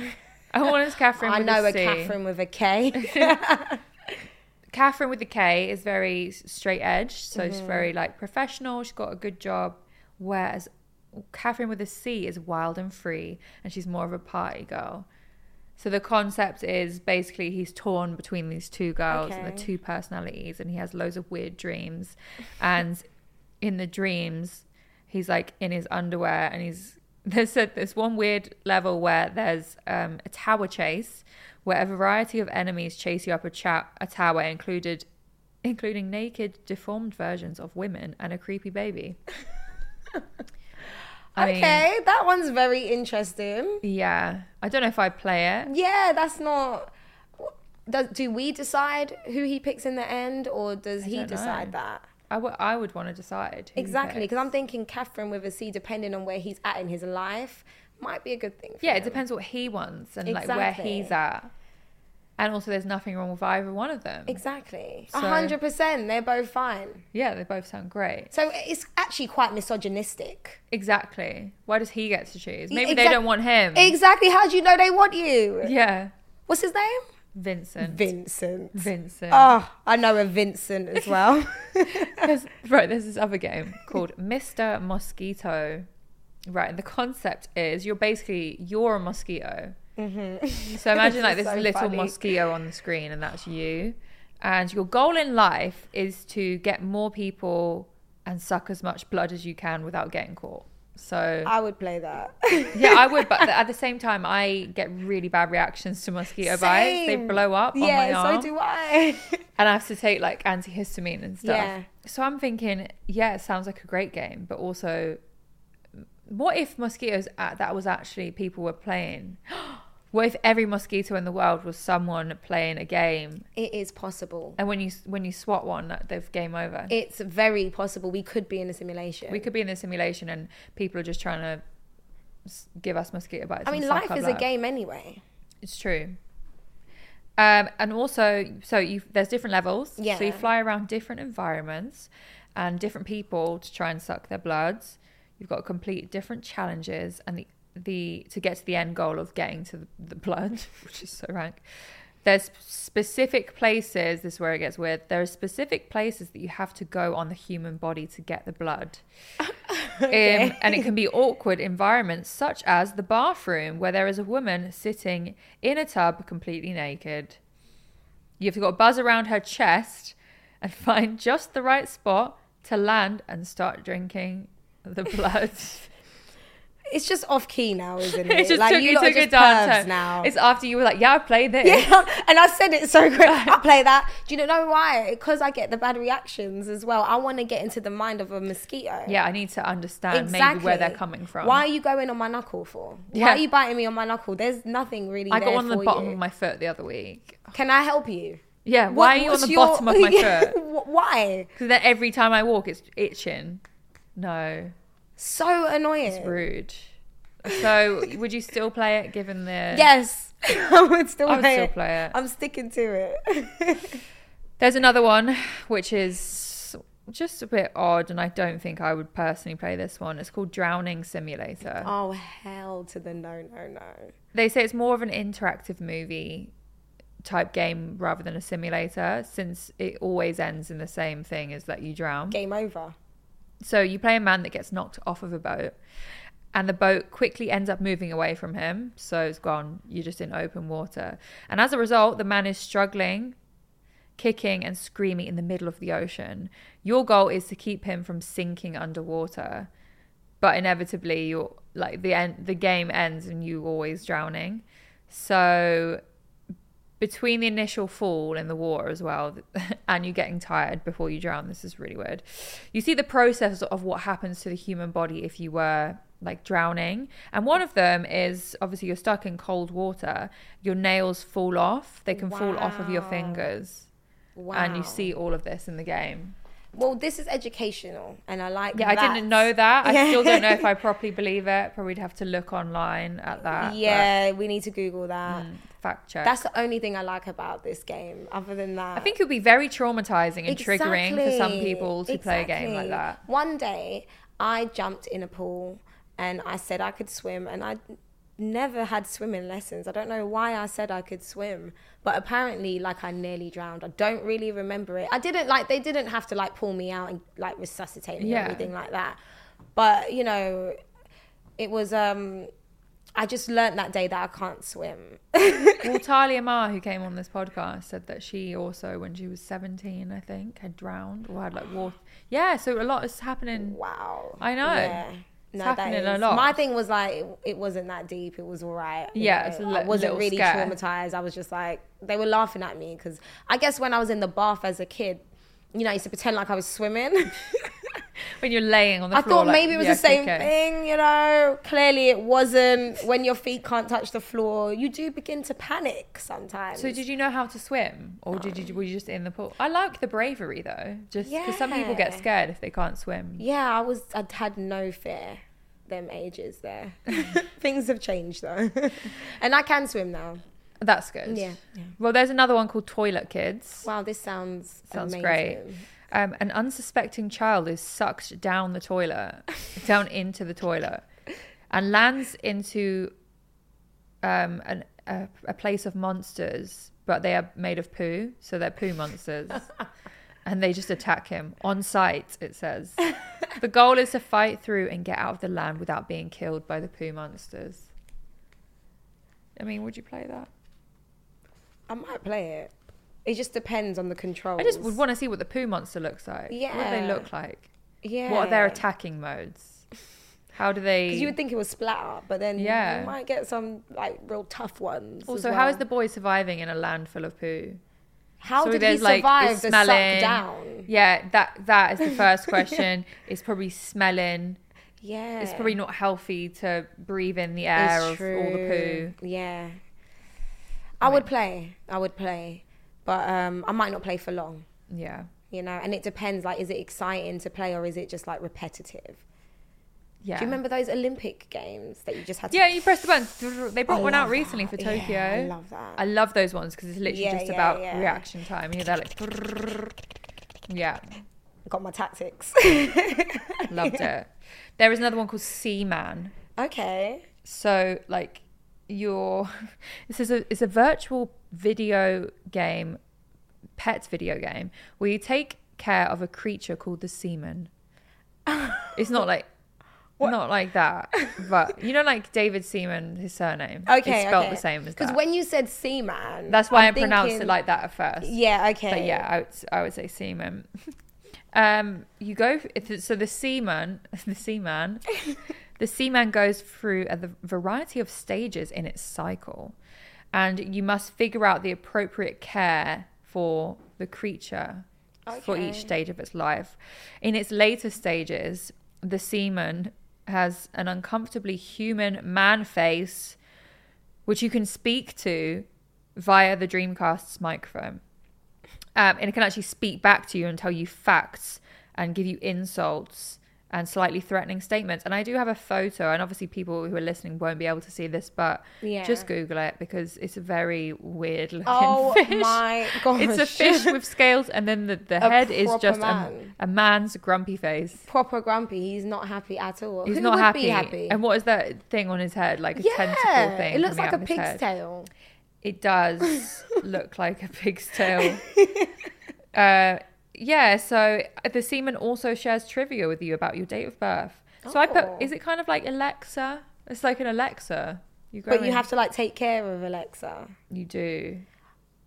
[SPEAKER 1] And one is Catherine
[SPEAKER 2] I
[SPEAKER 1] with
[SPEAKER 2] know
[SPEAKER 1] a
[SPEAKER 2] a
[SPEAKER 1] C.
[SPEAKER 2] Catherine with a K.
[SPEAKER 1] Catherine with the K is very straight edge, so she's
[SPEAKER 2] Mm-hmm.
[SPEAKER 1] very like professional. She's got a good job. Whereas Catherine with a C is wild and free, and she's more of a party girl. So the concept is basically he's torn between these two girls and the
[SPEAKER 2] Okay.
[SPEAKER 1] two personalities, and he has loads of weird dreams. And in the dreams, he's like in his underwear, and he's there's a, there's one weird level where there's um, a tower chase where a variety of enemies chase you up a, cha- a tower, included including naked, deformed versions of women and a creepy baby. I mean,
[SPEAKER 2] okay, that one's very interesting.
[SPEAKER 1] yeah, I don't know if I play it.
[SPEAKER 2] Yeah, that's not. Does, do we decide who he picks in the end, or does he
[SPEAKER 1] don't know.
[SPEAKER 2] decide that?
[SPEAKER 1] I, w- I would want to decide. who
[SPEAKER 2] Exactly,
[SPEAKER 1] picks.
[SPEAKER 2] because I'm thinking Catherine with a C, depending on where he's at in his life, might be a good thing. For
[SPEAKER 1] Yeah, it
[SPEAKER 2] him.
[SPEAKER 1] depends what he wants and like where
[SPEAKER 2] Exactly.
[SPEAKER 1] he's at. And also, there's nothing wrong with either one of them.
[SPEAKER 2] Exactly,
[SPEAKER 1] So-
[SPEAKER 2] a hundred percent. They're both fine.
[SPEAKER 1] Yeah, they both sound great.
[SPEAKER 2] So it's actually quite misogynistic.
[SPEAKER 1] Exactly. Why does he get to choose? Maybe they
[SPEAKER 2] Exact-
[SPEAKER 1] don't want him.
[SPEAKER 2] Exactly. How do you know they want you?
[SPEAKER 1] yeah,
[SPEAKER 2] What's his name?
[SPEAKER 1] Vincent.
[SPEAKER 2] Vincent.
[SPEAKER 1] Vincent.
[SPEAKER 2] Oh, I know a Vincent as well.
[SPEAKER 1] There's- right, there's this other game called Mr. Mosquito. Right, and the concept is you're basically you're a mosquito. Mm-hmm. So imagine like
[SPEAKER 2] This is
[SPEAKER 1] this
[SPEAKER 2] so
[SPEAKER 1] little
[SPEAKER 2] funny.
[SPEAKER 1] mosquito on the screen, and that's you. And your goal in life is to get more people and suck as much blood as you can without getting caught. So
[SPEAKER 2] I would play that.
[SPEAKER 1] yeah, I would, but at the same time, I get really bad reactions to mosquito bites. They
[SPEAKER 2] Same.
[SPEAKER 1] blow up on my
[SPEAKER 2] Yeah,
[SPEAKER 1] arm
[SPEAKER 2] so do I.
[SPEAKER 1] and I have to take like antihistamine and stuff.
[SPEAKER 2] Yeah.
[SPEAKER 1] So I'm thinking, yeah, it sounds like a great game, but also, what if mosquitoes a- that was actually people were playing? What if every mosquito in the world was someone playing a game,
[SPEAKER 2] it is possible.
[SPEAKER 1] and when you when you swat one, that they've game over.
[SPEAKER 2] It's very possible. We could be in a simulation.
[SPEAKER 1] we could be in the simulation, and people are just trying to s- give us mosquito bites.
[SPEAKER 2] I mean,
[SPEAKER 1] and suck
[SPEAKER 2] life
[SPEAKER 1] our
[SPEAKER 2] is a
[SPEAKER 1] blood.
[SPEAKER 2] game anyway.
[SPEAKER 1] It's true. Um, and also, so you there's different levels. So you
[SPEAKER 2] Yeah.
[SPEAKER 1] fly around different environments and different people to try and suck their bloods. You've got to complete different challenges and the the to get to the end goal of getting to the, the blood, which is so rank. There's specific places. This is where it gets weird. There are specific places that you have to go on the human body to get the blood. Um, and it can be awkward environments such as the bathroom where there is a woman sitting in a tub completely naked. You've got to buzz around her chest and find just the right spot to land and start drinking the blood.
[SPEAKER 2] It's just off key now, isn't it?
[SPEAKER 1] it just
[SPEAKER 2] like
[SPEAKER 1] took,
[SPEAKER 2] you
[SPEAKER 1] it
[SPEAKER 2] lot are
[SPEAKER 1] took a
[SPEAKER 2] just
[SPEAKER 1] dark
[SPEAKER 2] pervs
[SPEAKER 1] turn.
[SPEAKER 2] now.
[SPEAKER 1] It's after you were like, yeah, I played this.
[SPEAKER 2] yeah, and I said it so quick. I play that. Do you know why? Because I get the bad reactions as well. I want to get into the mind of a mosquito.
[SPEAKER 1] Yeah, I need to understand maybe where they're coming from.
[SPEAKER 2] Why are you going on my knuckle for?
[SPEAKER 1] Yeah.
[SPEAKER 2] Why are you biting me on my knuckle? There's nothing really.
[SPEAKER 1] I got
[SPEAKER 2] there
[SPEAKER 1] one on
[SPEAKER 2] for
[SPEAKER 1] the bottom
[SPEAKER 2] you.
[SPEAKER 1] of my foot the other week.
[SPEAKER 2] Can I help you?
[SPEAKER 1] Yeah,
[SPEAKER 2] What-
[SPEAKER 1] why are you on
[SPEAKER 2] what's
[SPEAKER 1] the
[SPEAKER 2] your-
[SPEAKER 1] bottom of my
[SPEAKER 2] Yeah,
[SPEAKER 1] foot?
[SPEAKER 2] wh- why?
[SPEAKER 1] Because then every time I walk, it's itching. No,
[SPEAKER 2] So annoying.
[SPEAKER 1] it's rude. So, would you still play it given the.
[SPEAKER 2] Yes, I would still.
[SPEAKER 1] I would
[SPEAKER 2] play
[SPEAKER 1] still
[SPEAKER 2] it.
[SPEAKER 1] play it.
[SPEAKER 2] I'm sticking to it.
[SPEAKER 1] There's another one, which is just a bit odd, and I don't think I would personally play this one. It's called Drowning Simulator.
[SPEAKER 2] oh hell to the no no no.
[SPEAKER 1] They say it's more of an interactive movie type game rather than a simulator, since it always ends in the same thing as that you drown.
[SPEAKER 2] Game over.
[SPEAKER 1] So you play a man that gets knocked off of a boat, and the boat quickly ends up moving away from him. So it's gone. You're just in open water. And as a result, the man is struggling, kicking, and screaming in the middle of the ocean. Your goal is to keep him from sinking underwater. But inevitably, you're like the end, the game ends, and you always drowning. So between the initial fall in the water as well and you getting tired before you drown this is really weird you see the process of what happens to the human body if you were like drowning and one of them is obviously you're stuck in cold water your nails fall off they can fall off of your fingers
[SPEAKER 2] Wow.
[SPEAKER 1] and you see all of this in the game
[SPEAKER 2] Well, this is educational, and I like.
[SPEAKER 1] Yeah, I
[SPEAKER 2] that.
[SPEAKER 1] didn't know that. I
[SPEAKER 2] Yeah.
[SPEAKER 1] still don't know if I properly believe it. Probably'd have to look online at that. but Mm.
[SPEAKER 2] Yeah, we need to Google that.
[SPEAKER 1] fact check.
[SPEAKER 2] That's the only thing I like about this game. Other than that,
[SPEAKER 1] I think it would be very traumatizing and triggering for some people to play a game like
[SPEAKER 2] Exactly.
[SPEAKER 1] that.
[SPEAKER 2] One day, I jumped in a pool and I said I could swim, and I never had swimming lessons. I don't know why I said I could swim, but apparently, like, I nearly drowned. I don't really remember it. I didn't like they didn't have to like pull me out and like resuscitate me
[SPEAKER 1] Yeah.
[SPEAKER 2] or anything like that. But you know, it was. um I just learnt that day that I can't swim.
[SPEAKER 1] Well, Talia Ma, who came on this podcast, said that she also, when she was 17, I think, had drowned or had like water. Yeah, so a lot is happening.
[SPEAKER 2] Wow.
[SPEAKER 1] I know.
[SPEAKER 2] Yeah.
[SPEAKER 1] It's
[SPEAKER 2] No, that
[SPEAKER 1] happening
[SPEAKER 2] is.
[SPEAKER 1] a lot.
[SPEAKER 2] My thing was like, it- it wasn't that deep. It was all right. you
[SPEAKER 1] Yeah,
[SPEAKER 2] know.
[SPEAKER 1] it's a
[SPEAKER 2] I
[SPEAKER 1] li-
[SPEAKER 2] wasn't
[SPEAKER 1] little
[SPEAKER 2] really
[SPEAKER 1] scare.
[SPEAKER 2] traumatized. I was just like, they were laughing at me because I guess when I was in the bath as a kid, you know, I used to pretend like I was swimming.
[SPEAKER 1] When you're laying on the
[SPEAKER 2] I
[SPEAKER 1] floor.
[SPEAKER 2] thought
[SPEAKER 1] like,
[SPEAKER 2] maybe it was
[SPEAKER 1] yeah,
[SPEAKER 2] the same
[SPEAKER 1] kicking.
[SPEAKER 2] thing, you know. Clearly, it wasn't. When your feet can't touch the floor, you do begin to panic sometimes.
[SPEAKER 1] So did you know how to swim, or did you were you just in the pool? I like the bravery though, just because some people get
[SPEAKER 2] Yeah.
[SPEAKER 1] scared if they can't swim.
[SPEAKER 2] Yeah, I was. I had no fear. Them ages there. Things have changed though, and I can swim now.
[SPEAKER 1] That's good.
[SPEAKER 2] Yeah, yeah.
[SPEAKER 1] Well, there's another one called Toilet Kids.
[SPEAKER 2] Wow, this sounds
[SPEAKER 1] Sounds
[SPEAKER 2] amazing.
[SPEAKER 1] great. Um, an unsuspecting child is sucked down the toilet, down into the toilet, and lands into um, an, a, a place of monsters, but they are made of poo, so they're poo monsters. and they just attack him on sight, it says. the goal is to fight through and get out of the land without being killed by the poo monsters. I mean, would you play that?
[SPEAKER 2] I might play it. It just depends on the controls.
[SPEAKER 1] I just would want to see what the poo monster looks like. What do they
[SPEAKER 2] Yeah.
[SPEAKER 1] look like?
[SPEAKER 2] Yeah.
[SPEAKER 1] What are their attacking modes? How do they?
[SPEAKER 2] Because you would think it was splatter, but then
[SPEAKER 1] Yeah.
[SPEAKER 2] you might get some like real tough ones. as
[SPEAKER 1] also, how is
[SPEAKER 2] well.
[SPEAKER 1] the boy surviving in a land full of poo?
[SPEAKER 2] how
[SPEAKER 1] So
[SPEAKER 2] did he
[SPEAKER 1] there's, like,
[SPEAKER 2] survive
[SPEAKER 1] the
[SPEAKER 2] the suck
[SPEAKER 1] smelling.
[SPEAKER 2] down?
[SPEAKER 1] Yeah, that that is the first question. It's probably smelling.
[SPEAKER 2] Yeah,
[SPEAKER 1] It's probably not healthy to breathe in the air of all the poo.
[SPEAKER 2] Yeah, I would play. I would play, but um, I might not play for long.
[SPEAKER 1] Yeah,
[SPEAKER 2] You know, and it depends. Like, is it exciting to play or is it just like repetitive?
[SPEAKER 1] yeah.
[SPEAKER 2] Do you remember those Olympic games that you just had? to
[SPEAKER 1] Yeah, you press the button. They brought
[SPEAKER 2] I
[SPEAKER 1] one out
[SPEAKER 2] love
[SPEAKER 1] recently for
[SPEAKER 2] that.
[SPEAKER 1] Tokyo.
[SPEAKER 2] Yeah, I love that.
[SPEAKER 1] I love those ones because it's literally
[SPEAKER 2] Yeah,
[SPEAKER 1] just
[SPEAKER 2] yeah,
[SPEAKER 1] about
[SPEAKER 2] yeah.
[SPEAKER 1] reaction time. You know, they're like, yeah,
[SPEAKER 2] Got my tactics.
[SPEAKER 1] loved it. There is another one called Seaman.
[SPEAKER 2] okay.
[SPEAKER 1] so like your this is a it's a virtual video game pet video game where you take care of a creature called the seaman it's not like not like that but you know like david seaman his surname
[SPEAKER 2] Okay.
[SPEAKER 1] it's spelled
[SPEAKER 2] okay.
[SPEAKER 1] the same as
[SPEAKER 2] Because
[SPEAKER 1] that
[SPEAKER 2] when you said seaman,
[SPEAKER 1] that's why i
[SPEAKER 2] I'm
[SPEAKER 1] pronounced it
[SPEAKER 2] thinking-
[SPEAKER 1] like that at first
[SPEAKER 2] Yeah. Okay.
[SPEAKER 1] but yeah, I would, I would say seaman. um, you go if it's- so the seaman, the seaman, the seaman goes through a the variety of stages in its cycle, and you must figure out the appropriate care for the creature for each stage of its life. In its later stages, the seaman has an uncomfortably human man face which you can speak to via the Dreamcast's microphone. Um, and it can actually speak back to you and tell you facts and give you insults and slightly threatening statements. And I do have a photo, and obviously, people who are listening won't be able to see this, but
[SPEAKER 2] Yeah.
[SPEAKER 1] just Google it because it's a very weird looking
[SPEAKER 2] Oh
[SPEAKER 1] fish.
[SPEAKER 2] my gosh.
[SPEAKER 1] It's a fish with scales, and then the, the
[SPEAKER 2] A
[SPEAKER 1] head is
[SPEAKER 2] proper
[SPEAKER 1] just a,
[SPEAKER 2] man.
[SPEAKER 1] a man's grumpy face.
[SPEAKER 2] proper grumpy. He's not happy at all.
[SPEAKER 1] He's
[SPEAKER 2] Who
[SPEAKER 1] not
[SPEAKER 2] would
[SPEAKER 1] happy.
[SPEAKER 2] Be happy?
[SPEAKER 1] And what is that thing on his head? Like a
[SPEAKER 2] yeah,
[SPEAKER 1] tentacle thing.
[SPEAKER 2] it looks
[SPEAKER 1] coming
[SPEAKER 2] like
[SPEAKER 1] out
[SPEAKER 2] a
[SPEAKER 1] of his
[SPEAKER 2] pig's
[SPEAKER 1] head.
[SPEAKER 2] tail.
[SPEAKER 1] It does look like a pig's tail. uh, yeah, so the semen also shares trivia with you about your date of birth. So I
[SPEAKER 2] Oh.
[SPEAKER 1] put, is it kind of like Alexa? It's like an Alexa. You go
[SPEAKER 2] But you
[SPEAKER 1] in-
[SPEAKER 2] have to like take care of Alexa.
[SPEAKER 1] You do.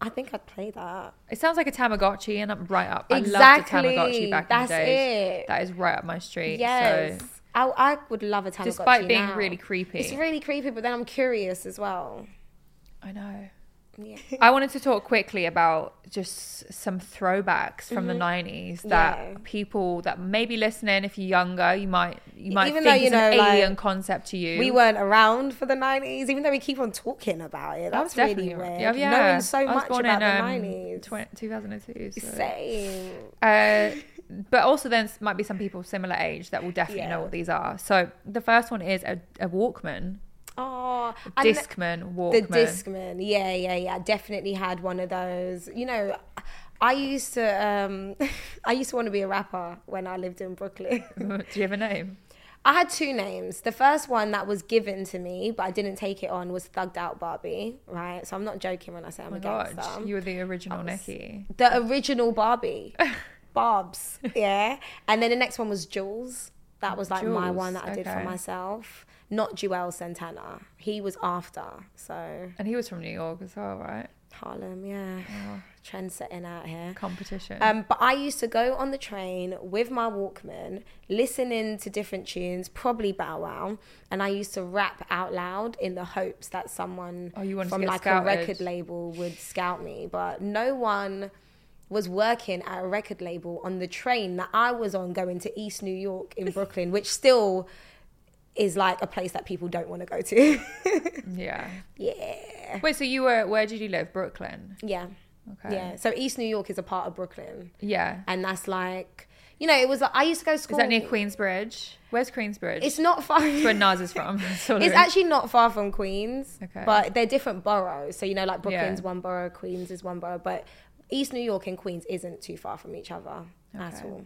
[SPEAKER 2] I think I'd play that.
[SPEAKER 1] It sounds like a Tamagotchi, and I'm right up. I loved a Tamagotchi
[SPEAKER 2] Exactly.
[SPEAKER 1] back
[SPEAKER 2] That's
[SPEAKER 1] in the days.
[SPEAKER 2] it.
[SPEAKER 1] That is right up my street.
[SPEAKER 2] Yes.
[SPEAKER 1] So
[SPEAKER 2] I, I would love a Tamagotchi
[SPEAKER 1] Despite being
[SPEAKER 2] now.
[SPEAKER 1] really creepy.
[SPEAKER 2] It's really creepy, but then I'm curious as well.
[SPEAKER 1] I know.
[SPEAKER 2] Yeah.
[SPEAKER 1] I wanted to talk quickly about just some throwbacks from the 90s that
[SPEAKER 2] Mm-hmm. Yeah.
[SPEAKER 1] people that may be listening if you're younger you might you might
[SPEAKER 2] Even
[SPEAKER 1] think
[SPEAKER 2] though, you
[SPEAKER 1] it's an
[SPEAKER 2] know, like,
[SPEAKER 1] alien concept to you.
[SPEAKER 2] We weren't around for the 90s, even though we keep on talking about it.
[SPEAKER 1] I was
[SPEAKER 2] That's really
[SPEAKER 1] definitely-
[SPEAKER 2] weird.
[SPEAKER 1] Yeah, yeah.
[SPEAKER 2] Knowing so
[SPEAKER 1] I was
[SPEAKER 2] much
[SPEAKER 1] born um,
[SPEAKER 2] about
[SPEAKER 1] in,
[SPEAKER 2] the
[SPEAKER 1] um,
[SPEAKER 2] 90s.
[SPEAKER 1] twen- 2002. so-
[SPEAKER 2] Same.
[SPEAKER 1] Uh, but also then s- might be some people similar age that will definitely know
[SPEAKER 2] Yeah.
[SPEAKER 1] what these are. So the first one is a, a Walkman,
[SPEAKER 2] Oh, I kn-
[SPEAKER 1] Discman,
[SPEAKER 2] The
[SPEAKER 1] Walkman.
[SPEAKER 2] Discman. Yeah, yeah, yeah. Definitely had one of those. You know, I used to um I used to want to be a rapper when I lived in Brooklyn.
[SPEAKER 1] Do you have a name?
[SPEAKER 2] I had two names. The first one that was given to me, but I didn't take it on, was Thugged Out Barbie, right? So I'm not joking when I say I'm
[SPEAKER 1] Oh my
[SPEAKER 2] a
[SPEAKER 1] god,
[SPEAKER 2] gangster.
[SPEAKER 1] you were the original Nikki.
[SPEAKER 2] the original Barbie. Barb's, yeah. And then the next one was Jules. That was like my
[SPEAKER 1] Jules,
[SPEAKER 2] one that I did for
[SPEAKER 1] okay.
[SPEAKER 2] myself. Not Joel Santana. He was after, so
[SPEAKER 1] And he was from New York as well, right?
[SPEAKER 2] Harlem, yeah.
[SPEAKER 1] Oh.
[SPEAKER 2] Trend setting out here.
[SPEAKER 1] Competition.
[SPEAKER 2] Um, but I used to go on the train with my Walkman, listening to different tunes, probably Bow Wow, and I used to rap out loud in the hopes that someone
[SPEAKER 1] Oh, you wanted to
[SPEAKER 2] from
[SPEAKER 1] get
[SPEAKER 2] like
[SPEAKER 1] scouted.
[SPEAKER 2] a record label would scout me. But no one was working at a record label on the train that I was on going to East New York in Brooklyn, which still is like a place that people don't want to go to.
[SPEAKER 1] yeah. Yeah.
[SPEAKER 2] uh,
[SPEAKER 1] Wait, so you were where did you live? Brooklyn.
[SPEAKER 2] yeah.
[SPEAKER 1] Okay.
[SPEAKER 2] Yeah. So East New York is a part of Brooklyn.
[SPEAKER 1] Yeah.
[SPEAKER 2] and that's like you know it was like I used to go to
[SPEAKER 1] Is
[SPEAKER 2] school.
[SPEAKER 1] that near Queensbridge? Where's Queensbridge?
[SPEAKER 2] It's not far.
[SPEAKER 1] That's where Nas is from. Sorry.
[SPEAKER 2] It's actually not far from Queens,
[SPEAKER 1] Okay.
[SPEAKER 2] but they're different boroughs. So you know, like Brooklyn's
[SPEAKER 1] Yeah.
[SPEAKER 2] one borough, Queens is one borough, but East New York and Queens isn't too far from each other at
[SPEAKER 1] Okay.
[SPEAKER 2] all.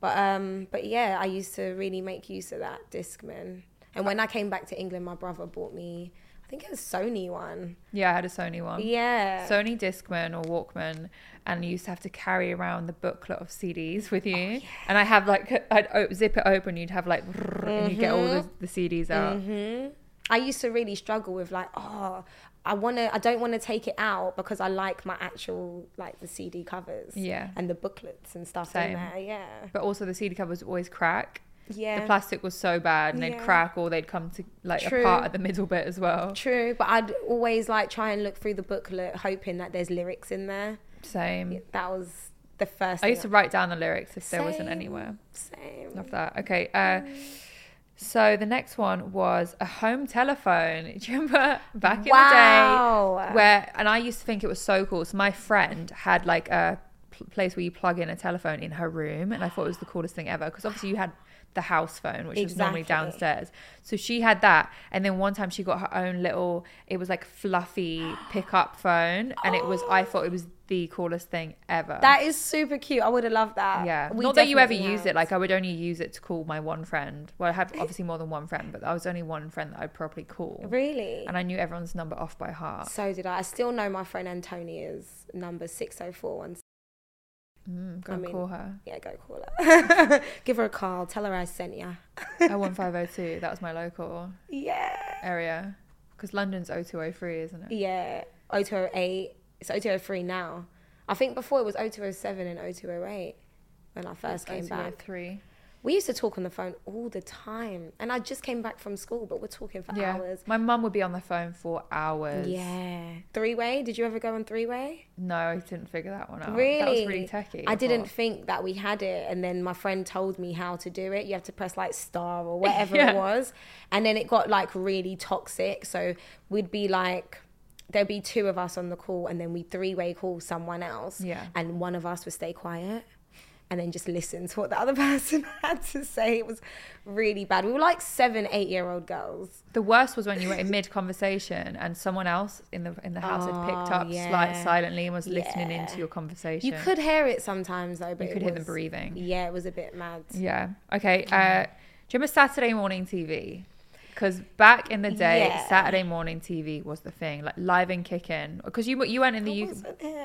[SPEAKER 2] But um, but yeah, I used to really make use of that Discman. And when I came back to England, my brother bought me, I think it was Sony one.
[SPEAKER 1] Yeah, I had a Sony one.
[SPEAKER 2] Yeah.
[SPEAKER 1] Sony Discman or Walkman, and you used to have to carry around the booklet of CDs
[SPEAKER 2] Oh,
[SPEAKER 1] with you. And I have like, I'd o- zip it open, you'd have like, and you'd get all the,
[SPEAKER 2] Mm-hmm.
[SPEAKER 1] the CDs out.
[SPEAKER 2] I used to really struggle with like, oh, I want to, I don't want to take it out because I like my actual like the CD covers,
[SPEAKER 1] Yeah.
[SPEAKER 2] and the booklets and stuff
[SPEAKER 1] Same.
[SPEAKER 2] in there, yeah,
[SPEAKER 1] But also, the CD covers would always crack.
[SPEAKER 2] yeah,
[SPEAKER 1] The plastic was so bad, and they'd
[SPEAKER 2] Yeah.
[SPEAKER 1] crack or they'd come to like
[SPEAKER 2] True.
[SPEAKER 1] apart at the middle bit as well.
[SPEAKER 2] True, but I'd always like try and look through the booklet, hoping that there's lyrics in there.
[SPEAKER 1] Same.
[SPEAKER 2] That was the first.
[SPEAKER 1] I
[SPEAKER 2] thing
[SPEAKER 1] used to write down the lyrics if there wasn't
[SPEAKER 2] Same.
[SPEAKER 1] anywhere.
[SPEAKER 2] Same.
[SPEAKER 1] Love that. Okay. Uh, so the next one was a home telephone. Do you remember back in the
[SPEAKER 2] Wow.
[SPEAKER 1] day where? And I used to think it was so cool. So my friend had like a pl- place where you plug in a telephone in her room, and I thought it was the coolest thing ever because obviously you had the house phone, which was normally
[SPEAKER 2] Exactly.
[SPEAKER 1] downstairs. So she had that, and then one time she got her own little. It was like fluffy pickup phone, and it was. I thought it was the coolest thing ever.
[SPEAKER 2] That is super cute. I would have loved that.
[SPEAKER 1] Yeah.
[SPEAKER 2] Uh, We
[SPEAKER 1] Not that you ever
[SPEAKER 2] definitely
[SPEAKER 1] use
[SPEAKER 2] have.
[SPEAKER 1] it. Like I would only use it to call my one friend. Well, I have obviously more than one friend, but I was only one friend that I'd probably call.
[SPEAKER 2] really.
[SPEAKER 1] And I knew everyone's number off by heart.
[SPEAKER 2] so did I. I still know my friend Antonia's number six zero four one.
[SPEAKER 1] Mm, go
[SPEAKER 2] I
[SPEAKER 1] and
[SPEAKER 2] mean-
[SPEAKER 1] call her.
[SPEAKER 2] Yeah, go call her. Give her a call. Tell her I sent ya.
[SPEAKER 1] Oh, 01502. That was my local
[SPEAKER 2] Yeah.
[SPEAKER 1] area. Because London's 0203, isn't it?
[SPEAKER 2] Yeah. 0208. It's 0203 now. I think before it was 0207 and 0208 when I first came back.
[SPEAKER 1] 0203.
[SPEAKER 2] We used to talk on the phone all the time. And I just came back from school, but we're talking for
[SPEAKER 1] Yeah.
[SPEAKER 2] hours.
[SPEAKER 1] My mum would be on the phone for hours.
[SPEAKER 2] Yeah. Three way? Did you ever go on three way?
[SPEAKER 1] No, I didn't figure that one out.
[SPEAKER 2] Really?
[SPEAKER 1] That was really techie.
[SPEAKER 2] I didn't
[SPEAKER 1] thought.
[SPEAKER 2] think that we had it. And then my friend told me how to do it. You have to press like star or whatever
[SPEAKER 1] Yeah.
[SPEAKER 2] it was. And then it got like really toxic. So we'd be like, there'd be two of us on the call and then we three way call someone else.
[SPEAKER 1] Yeah.
[SPEAKER 2] And one of us would stay quiet. And then just listen to what the other person had to say. It was really bad. We were like seven, eight year old girls.
[SPEAKER 1] The worst was when you were in mid conversation and someone else in the in the house had picked
[SPEAKER 2] Oh,
[SPEAKER 1] up
[SPEAKER 2] yeah.
[SPEAKER 1] slight silently and was listening into your conversation.
[SPEAKER 2] You could hear it sometimes though, but
[SPEAKER 1] You
[SPEAKER 2] it
[SPEAKER 1] could hear them
[SPEAKER 2] was-
[SPEAKER 1] breathing.
[SPEAKER 2] Yeah, it was a bit mad.
[SPEAKER 1] Yeah. Okay. Uh, do you remember Saturday morning TV? Because back in the day,
[SPEAKER 2] Yeah.
[SPEAKER 1] Saturday morning TV was the thing, like live and kicking. Because you you weren't in the U-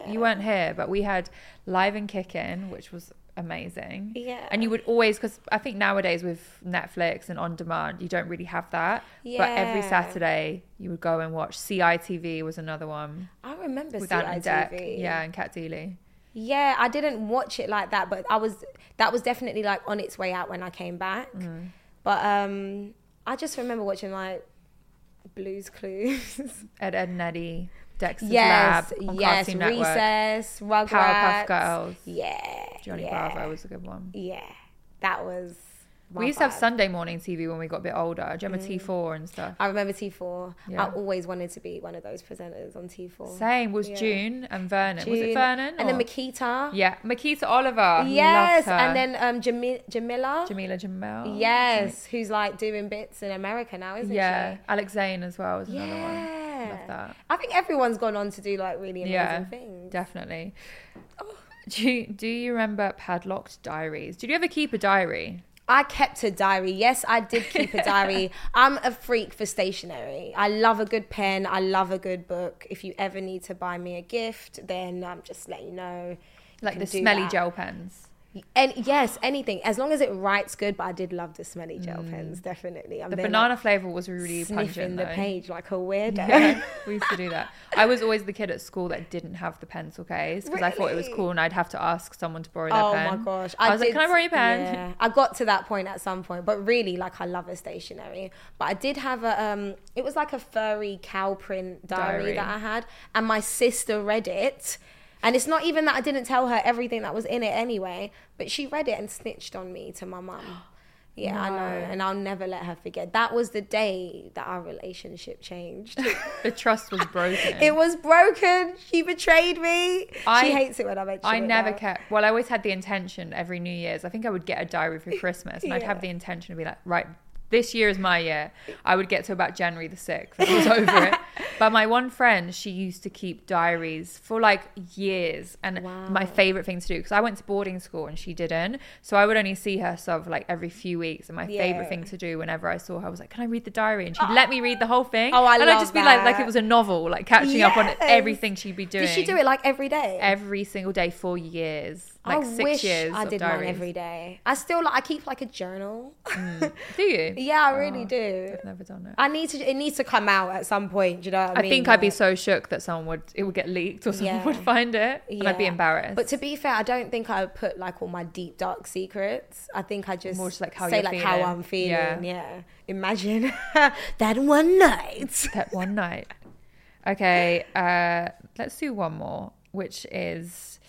[SPEAKER 1] you weren't here, but we had live and kicking, which was amazing.
[SPEAKER 2] Yeah.
[SPEAKER 1] And you would always, because I think nowadays with Netflix and on demand, you don't really have that. But every
[SPEAKER 2] Yeah.
[SPEAKER 1] Saturday, you would go and watch. CITV was another one
[SPEAKER 2] I remember
[SPEAKER 1] with Ant and Dec.
[SPEAKER 2] CITV.
[SPEAKER 1] Yeah, and Cat Deely.
[SPEAKER 2] yeah. I didn't watch it like that, but I was that was definitely like on its way out when I came back.
[SPEAKER 1] Mm.
[SPEAKER 2] But um, I just remember watching like Blue's Clues.
[SPEAKER 1] Ed, Ed and Eddie, Dexter's
[SPEAKER 2] yes,
[SPEAKER 1] Lab on
[SPEAKER 2] yes.
[SPEAKER 1] Cartoon Network.
[SPEAKER 2] Recess, Rugrats,
[SPEAKER 1] Powerpuff Girls.
[SPEAKER 2] Yeah,
[SPEAKER 1] Johnny
[SPEAKER 2] yeah,
[SPEAKER 1] Bravo was a good one.
[SPEAKER 2] Yeah, that was my
[SPEAKER 1] we used to have
[SPEAKER 2] vibe.
[SPEAKER 1] Sunday morning TV when we got a bit older. Do you
[SPEAKER 2] Mm.
[SPEAKER 1] remember T4 and stuff?
[SPEAKER 2] I remember T4.
[SPEAKER 1] Yeah.
[SPEAKER 2] I always wanted to be one of those presenters on T4.
[SPEAKER 1] Same was
[SPEAKER 2] Yeah.
[SPEAKER 1] June and Vernon. Was it
[SPEAKER 2] June.
[SPEAKER 1] Vernon?
[SPEAKER 2] And then
[SPEAKER 1] or-
[SPEAKER 2] Makita.
[SPEAKER 1] Yeah, Makita Oliver. Loved
[SPEAKER 2] Yes.
[SPEAKER 1] her.
[SPEAKER 2] And then um, Jami- Jamila.
[SPEAKER 1] Jamila Jamel.
[SPEAKER 2] Yes. Who's like doing bits in America now, isn't
[SPEAKER 1] Yeah,
[SPEAKER 2] she?
[SPEAKER 1] Alex Zane as well is
[SPEAKER 2] Yeah.
[SPEAKER 1] another one. Love that.
[SPEAKER 2] I think everyone's gone on to do like really amazing
[SPEAKER 1] yeah,
[SPEAKER 2] things. Oh.
[SPEAKER 1] definitely. Do you, do you remember padlocked diaries? Did you ever keep a diary?
[SPEAKER 2] I kept a diary. Yes, I did keep a diary. I'm a freak for stationery. I love a good pen. I love a good book. If you ever need to buy me a gift, then um, just let you know. You
[SPEAKER 1] Like
[SPEAKER 2] can
[SPEAKER 1] the
[SPEAKER 2] do
[SPEAKER 1] smelly
[SPEAKER 2] that.
[SPEAKER 1] gel pens.
[SPEAKER 2] And yes, anything as long as it writes good. But I did love the smelly gel pens. Definitely. I'm
[SPEAKER 1] Mm. The
[SPEAKER 2] then,
[SPEAKER 1] banana
[SPEAKER 2] like,
[SPEAKER 1] flavour was really
[SPEAKER 2] sniffing
[SPEAKER 1] pungent
[SPEAKER 2] the
[SPEAKER 1] though.
[SPEAKER 2] page like a weirdo.
[SPEAKER 1] Yeah, we used to do that. I was always the kid at school that didn't have the pencil case because I thought it was
[SPEAKER 2] Really?
[SPEAKER 1] cool and I'd have to ask someone to borrow their
[SPEAKER 2] Oh
[SPEAKER 1] pen.
[SPEAKER 2] my gosh!
[SPEAKER 1] I, was like,
[SPEAKER 2] did-
[SPEAKER 1] "Can I borrow your pen?"
[SPEAKER 2] yeah. I got to that point at some point, but really, like, I love a stationery. But I did have a um, it was like a furry cow print diary,
[SPEAKER 1] Diary.
[SPEAKER 2] that I had, and my sister read it. And it's not even that I didn't tell her everything that was in it anyway, but she read it and snitched on me to my mum. Yeah, I know, and I'll never let her forget. That was the day that our relationship changed.
[SPEAKER 1] The trust was broken.
[SPEAKER 2] it was broken. She betrayed me. she hates it when I mention
[SPEAKER 1] I
[SPEAKER 2] it
[SPEAKER 1] never
[SPEAKER 2] now.
[SPEAKER 1] kept. Well, I always had the intention every New Year's. I think I would get a diary for Christmas, and I'd have the intention to be like, right, this year is my year. I would get to about January the sixth. I was over it. But my one friend, she used to keep diaries for like years, and my favorite thing to do because I went to boarding school and she didn't, so I would only see her sort of like every few weeks. And my favorite
[SPEAKER 2] Yeah.
[SPEAKER 1] thing to do whenever I saw her was like, can I read the diary? And she'd let me read the whole thing.
[SPEAKER 2] Oh, I
[SPEAKER 1] and I'd
[SPEAKER 2] love
[SPEAKER 1] just be like, like it
[SPEAKER 2] that.
[SPEAKER 1] was a novel, like catching up on
[SPEAKER 2] Yes.
[SPEAKER 1] everything she'd be doing
[SPEAKER 2] Did she do it like every day?
[SPEAKER 1] every single day for years, like
[SPEAKER 2] I
[SPEAKER 1] six
[SPEAKER 2] wish
[SPEAKER 1] years.
[SPEAKER 2] I
[SPEAKER 1] of
[SPEAKER 2] did
[SPEAKER 1] diaries.
[SPEAKER 2] mine every day. I still like I keep like a journal.
[SPEAKER 1] Do you?
[SPEAKER 2] yeah, I
[SPEAKER 1] Oh,
[SPEAKER 2] really do.
[SPEAKER 1] I've never done it. I,
[SPEAKER 2] I need to. It needs to come out at some point. Do you know what I, mean?
[SPEAKER 1] think I'd be
[SPEAKER 2] Like-
[SPEAKER 1] so shook that someone would it would get leaked or someone
[SPEAKER 2] Yeah.
[SPEAKER 1] would find it, and I'd be
[SPEAKER 2] Yeah.
[SPEAKER 1] embarrassed.
[SPEAKER 2] But to be fair, I don't think I would put like all my deep dark secrets. I think I just,
[SPEAKER 1] More just, like, how
[SPEAKER 2] say
[SPEAKER 1] you're
[SPEAKER 2] like how
[SPEAKER 1] feeling.
[SPEAKER 2] I'm feeling.
[SPEAKER 1] Yeah.
[SPEAKER 2] Yeah. Imagine that one night.
[SPEAKER 1] that one night. Okay, uh, let's do one more, which is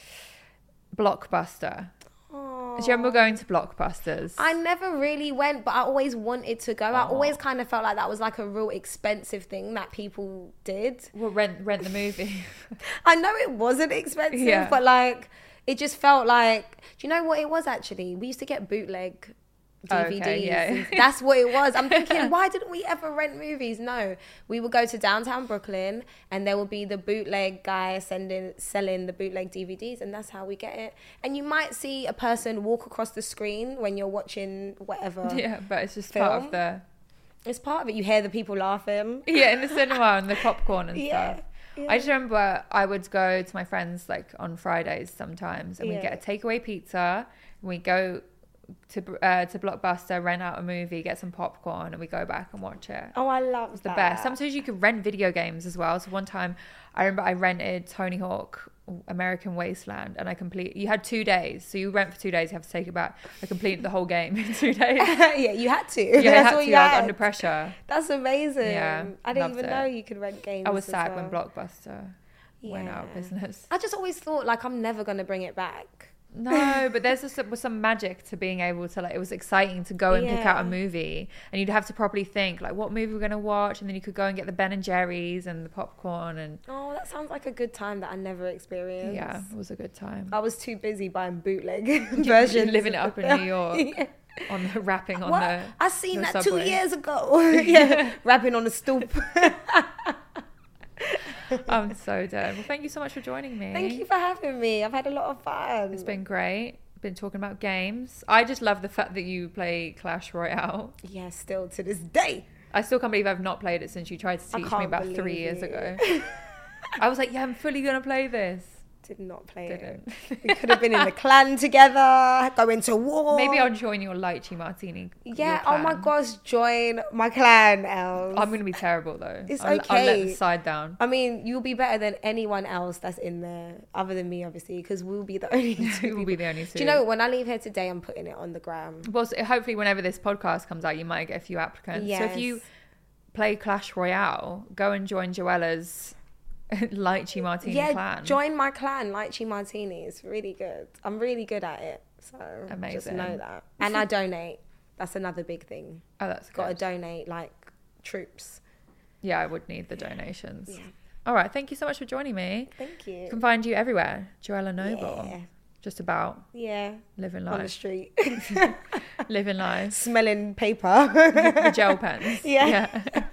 [SPEAKER 1] Blockbuster. Do you remember going to Blockbusters?
[SPEAKER 2] I never really went, but I always wanted to go.
[SPEAKER 1] Oh.
[SPEAKER 2] I always kind of felt like that was like a real expensive thing that people did.
[SPEAKER 1] well, rent rent the movie.
[SPEAKER 2] I know it wasn't expensive,
[SPEAKER 1] Yeah.
[SPEAKER 2] but like it just felt like do you know what it was actually? We used to get bootleg
[SPEAKER 1] Oh, Okay,
[SPEAKER 2] DVDs.
[SPEAKER 1] yeah.
[SPEAKER 2] and That's what it was. I'm thinking, why didn't we ever rent movies? No. We would go to downtown Brooklyn and there would be the bootleg guy sending selling the bootleg DVDs and that's how we get it. And you might see a person walk across the screen when you're watching whatever.
[SPEAKER 1] yeah, but it's just part of
[SPEAKER 2] Film?
[SPEAKER 1] the
[SPEAKER 2] It's part of it. You hear the people laughing.
[SPEAKER 1] yeah in the cinema and the popcorn and
[SPEAKER 2] Yeah,
[SPEAKER 1] stuff i just remember i would go to my friends like on fridays sometimes and we'd
[SPEAKER 2] Yeah.
[SPEAKER 1] get a takeaway pizza and we'd go to uh, to blockbuster rent out a movie get some popcorn and we go back and watch it
[SPEAKER 2] Oh, I love
[SPEAKER 1] the best sometimes you could rent video games as well so one time i remember i rented tony hawk American Wasteland, and I complete. You had two days, so you rent for two days. You have to take it back. I completed the whole game in two days. Yeah,
[SPEAKER 2] yeah, you had to.
[SPEAKER 1] I
[SPEAKER 2] That's
[SPEAKER 1] had
[SPEAKER 2] all
[SPEAKER 1] to.
[SPEAKER 2] you
[SPEAKER 1] I was
[SPEAKER 2] had.
[SPEAKER 1] under pressure.
[SPEAKER 2] That's amazing.
[SPEAKER 1] Yeah,
[SPEAKER 2] I didn't
[SPEAKER 1] loved
[SPEAKER 2] even
[SPEAKER 1] it.
[SPEAKER 2] know you could rent games.
[SPEAKER 1] I was
[SPEAKER 2] as
[SPEAKER 1] sad
[SPEAKER 2] well.
[SPEAKER 1] when Blockbuster went out of
[SPEAKER 2] Yeah.
[SPEAKER 1] business.
[SPEAKER 2] I just always thought like I'm never gonna bring it back.
[SPEAKER 1] No, but there's just was some magic to being able to like. It was exciting to go and pick out a
[SPEAKER 2] Yeah.
[SPEAKER 1] movie, and you'd have to properly think like what movie we're gonna watch, and then you could go and get the Ben and Jerry's and the popcorn, and
[SPEAKER 2] Oh, that sounds like a good time that I never experienced.
[SPEAKER 1] yeah, it was a good time.
[SPEAKER 2] I was too busy buying bootleg versions.
[SPEAKER 1] living it up in New York
[SPEAKER 2] Yeah.
[SPEAKER 1] on the wrapping on
[SPEAKER 2] What?
[SPEAKER 1] the.
[SPEAKER 2] I seen
[SPEAKER 1] the
[SPEAKER 2] that
[SPEAKER 1] subway.
[SPEAKER 2] two years ago. yeah, rapping on a stoop.
[SPEAKER 1] I'm so dead. Well, thank you so much for joining me.
[SPEAKER 2] Thank you for having me. I've had a lot of fun.
[SPEAKER 1] It's been great. Been talking about games. I just love the fact that you play Clash Royale.
[SPEAKER 2] yeah, still to this day.
[SPEAKER 1] I still can't believe I've not played it since you tried to
[SPEAKER 2] I
[SPEAKER 1] teach me
[SPEAKER 2] can't
[SPEAKER 1] about three
[SPEAKER 2] believe
[SPEAKER 1] years
[SPEAKER 2] you.
[SPEAKER 1] ago. I was like, yeah, I'm fully gonna play this.
[SPEAKER 2] Did not play
[SPEAKER 1] Didn't.
[SPEAKER 2] it. We could have been in the clan together, going to war.
[SPEAKER 1] Maybe I'll join your lychee martini. your
[SPEAKER 2] Um, Yeah. Oh my
[SPEAKER 1] clan.
[SPEAKER 2] gosh, join my clan, Els.
[SPEAKER 1] I'm gonna be terrible though.
[SPEAKER 2] It's
[SPEAKER 1] I'll, I'll let the
[SPEAKER 2] okay.
[SPEAKER 1] side down.
[SPEAKER 2] I mean, you'll be better than anyone else that's in there, other than me, obviously, because we'll be the only two.
[SPEAKER 1] We'll be
[SPEAKER 2] people.
[SPEAKER 1] the only
[SPEAKER 2] Do you
[SPEAKER 1] two.
[SPEAKER 2] know when I leave here today, I'm putting it on the gram.
[SPEAKER 1] Well, so hopefully, whenever this podcast comes out, you might get a few applicants. So if you
[SPEAKER 2] Yes.
[SPEAKER 1] play Clash Royale, go and join Joella's lychee martini
[SPEAKER 2] yeah,
[SPEAKER 1] clan.
[SPEAKER 2] join my clan, Lychee Martini. It's really good. I'm really good at it, so just
[SPEAKER 1] Amazing.
[SPEAKER 2] know that. And I donate. That's another big thing.
[SPEAKER 1] Oh, that's
[SPEAKER 2] Got to
[SPEAKER 1] good.
[SPEAKER 2] donate like troops.
[SPEAKER 1] yeah, I would need the donations. All right. Thank you so much for joining me.
[SPEAKER 2] Thank you.
[SPEAKER 1] can find you everywhere. Joella Noble.
[SPEAKER 2] Yeah.
[SPEAKER 1] Just about
[SPEAKER 2] Yeah.
[SPEAKER 1] living
[SPEAKER 2] On the
[SPEAKER 1] life.
[SPEAKER 2] street,
[SPEAKER 1] Living life.
[SPEAKER 2] smelling paper.
[SPEAKER 1] The gel pens.
[SPEAKER 2] Yeah.
[SPEAKER 1] yeah.